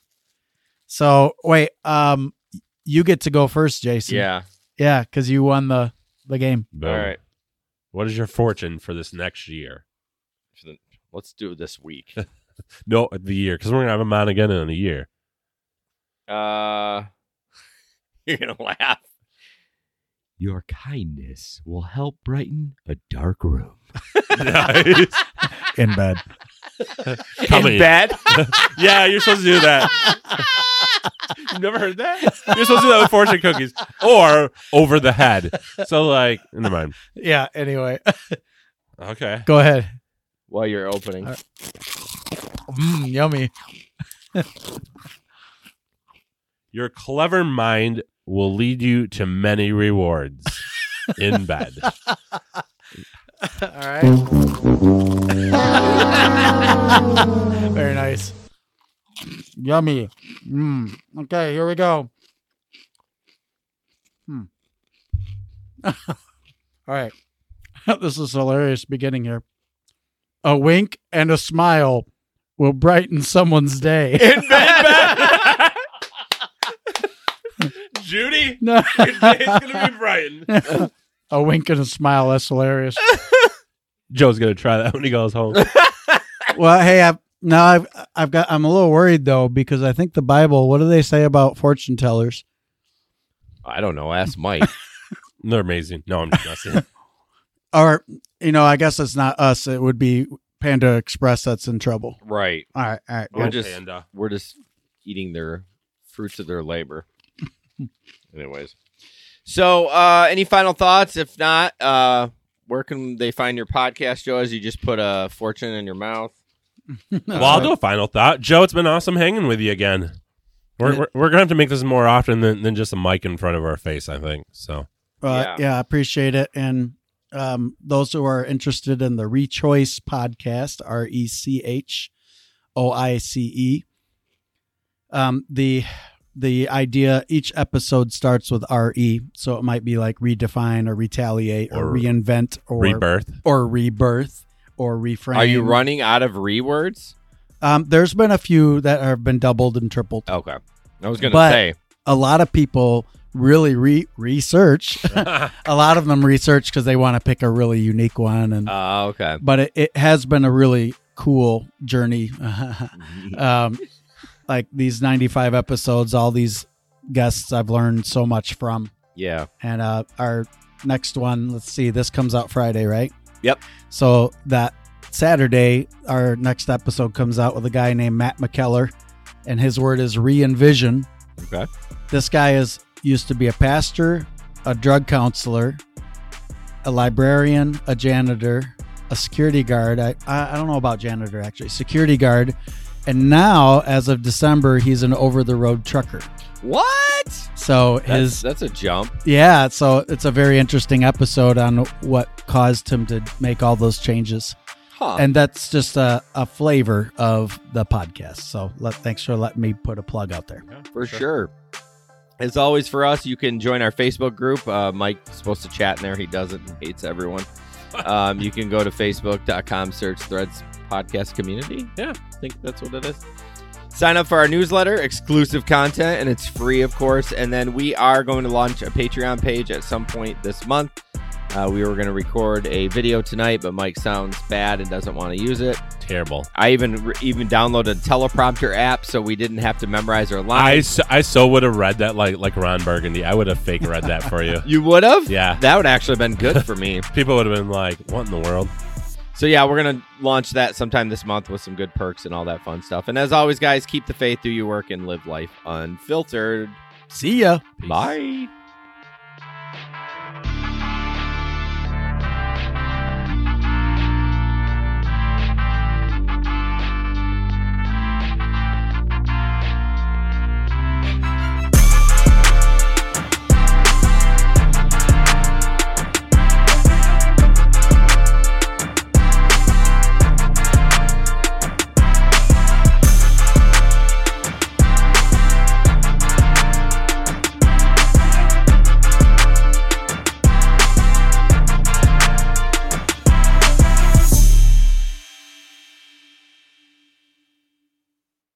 [SPEAKER 3] So wait, um, you get to go first, Jason.
[SPEAKER 1] Yeah.
[SPEAKER 3] yeah, because you won the the game.
[SPEAKER 2] Boom.
[SPEAKER 1] All right.
[SPEAKER 2] What is your fortune for this next year?
[SPEAKER 1] Let's do it this week.
[SPEAKER 2] No, the year because we're gonna have him on again in a year.
[SPEAKER 1] Uh, you're gonna laugh. Your kindness will help brighten a dark room.
[SPEAKER 2] Nice.
[SPEAKER 3] In bed.
[SPEAKER 2] Coming.
[SPEAKER 1] In bed.
[SPEAKER 2] yeah, you're supposed to do that. You've never heard that? You're supposed to do that with fortune cookies or over the head. So like, never mind.
[SPEAKER 3] yeah. Anyway,
[SPEAKER 2] Okay.
[SPEAKER 3] go ahead.
[SPEAKER 1] While you're opening,
[SPEAKER 3] All Mm, yummy.
[SPEAKER 2] Your clever mind will lead you to many rewards in bed.
[SPEAKER 3] All right. Very nice. Yummy. Mm. Okay, here we go. Hmm. All right. this is hilarious beginning here. A wink and a smile will brighten someone's day.
[SPEAKER 2] In bed. Judy,
[SPEAKER 3] No.
[SPEAKER 2] gonna be brighten.
[SPEAKER 3] a wink and a smile. That's hilarious.
[SPEAKER 2] Joe's gonna try that when he goes home.
[SPEAKER 3] well, hey, I've, now I've I've got I'm a little worried though because I think the Bible. What do they say about fortune tellers?
[SPEAKER 1] I don't know. Ask Mike.
[SPEAKER 2] They're amazing. No, I'm just messing.
[SPEAKER 3] Or you know, I guess it's not us. It would be Panda Express that's in trouble.
[SPEAKER 1] right.
[SPEAKER 3] All right, all right.
[SPEAKER 1] We're
[SPEAKER 2] Oh,
[SPEAKER 1] just-
[SPEAKER 2] panda.
[SPEAKER 1] We're just eating their fruits of their labor. Anyways, so uh, any final thoughts? If not, uh, where can they find your podcast, Joe? As you just put a fortune in your mouth.
[SPEAKER 2] Well, I'll do a final thought. Joe, it's been awesome hanging with you again. We're, we're, we're going to have to make this more often than, than just a mic in front of our face, I think. So,
[SPEAKER 3] Uh, yeah.
[SPEAKER 1] Yeah.
[SPEAKER 3] I appreciate it. And um, those who are interested in the Rechoice podcast, R E C H O I C E, um, the the idea each episode starts with re, so it might be like redefine or retaliate or,
[SPEAKER 2] Or
[SPEAKER 3] reinvent or
[SPEAKER 2] Rebirth.
[SPEAKER 3] or rebirth or reframe.
[SPEAKER 1] Are you running out of rewords?
[SPEAKER 3] Um, there's been a few that have been doubled and tripled.
[SPEAKER 1] Okay. I was going to
[SPEAKER 3] But-
[SPEAKER 1] say,
[SPEAKER 3] A lot of people really re- research. a lot of them research because they want to pick a really unique one, and
[SPEAKER 1] uh, okay.
[SPEAKER 3] but it, it has been a really cool journey. um, like these 95 episodes, all these guests I've learned so much from.
[SPEAKER 1] Yeah.
[SPEAKER 3] And uh, our next one, let's see, this comes out Friday, right?
[SPEAKER 1] Yep.
[SPEAKER 3] So that Saturday, our next episode comes out with a guy named Matt McKellar, and his word is re envision.
[SPEAKER 1] Okay.
[SPEAKER 3] This guy is used to be a pastor, a drug counselor, a librarian, a janitor, a security guard. I, I I don't know about janitor actually, security guard. And now, as of December, he's an over the road trucker.
[SPEAKER 1] What?
[SPEAKER 3] So
[SPEAKER 1] That's,
[SPEAKER 3] his
[SPEAKER 1] that's a jump.
[SPEAKER 3] yeah, so it's a very interesting episode on what caused him to make all those changes.
[SPEAKER 1] Huh.
[SPEAKER 3] And that's just a, a flavor of the podcast. So let, thanks for letting me put a plug out there.
[SPEAKER 1] for sure. As always, for us, you can join our Facebook group. Uh, Mike's supposed to chat in there. He doesn't. He hates everyone. Um, you can go to facebook.com, search threads podcast community. Yeah, I think that's what it is. Sign up for our newsletter, exclusive content, and it's free, of course. And then we are going to launch a Patreon page at some point this month. Uh, we were going to record a video tonight, but Mike sounds bad and doesn't want to use it.
[SPEAKER 2] Terrible.
[SPEAKER 1] I even even downloaded a teleprompter app, so we didn't have to memorize our
[SPEAKER 2] I,
[SPEAKER 1] lines.
[SPEAKER 2] s- I so would have read that like like Ron Burgundy. I would have fake read that for you.
[SPEAKER 1] You would have?
[SPEAKER 2] Yeah.
[SPEAKER 1] That would actually have been good for me.
[SPEAKER 2] People would have been like, "What in the world?"
[SPEAKER 1] so, yeah, we're going to launch that sometime this month with some good perks and all that fun stuff. And as always, guys, keep the faith, do your work, and live life unfiltered.
[SPEAKER 3] See ya.
[SPEAKER 1] Bye.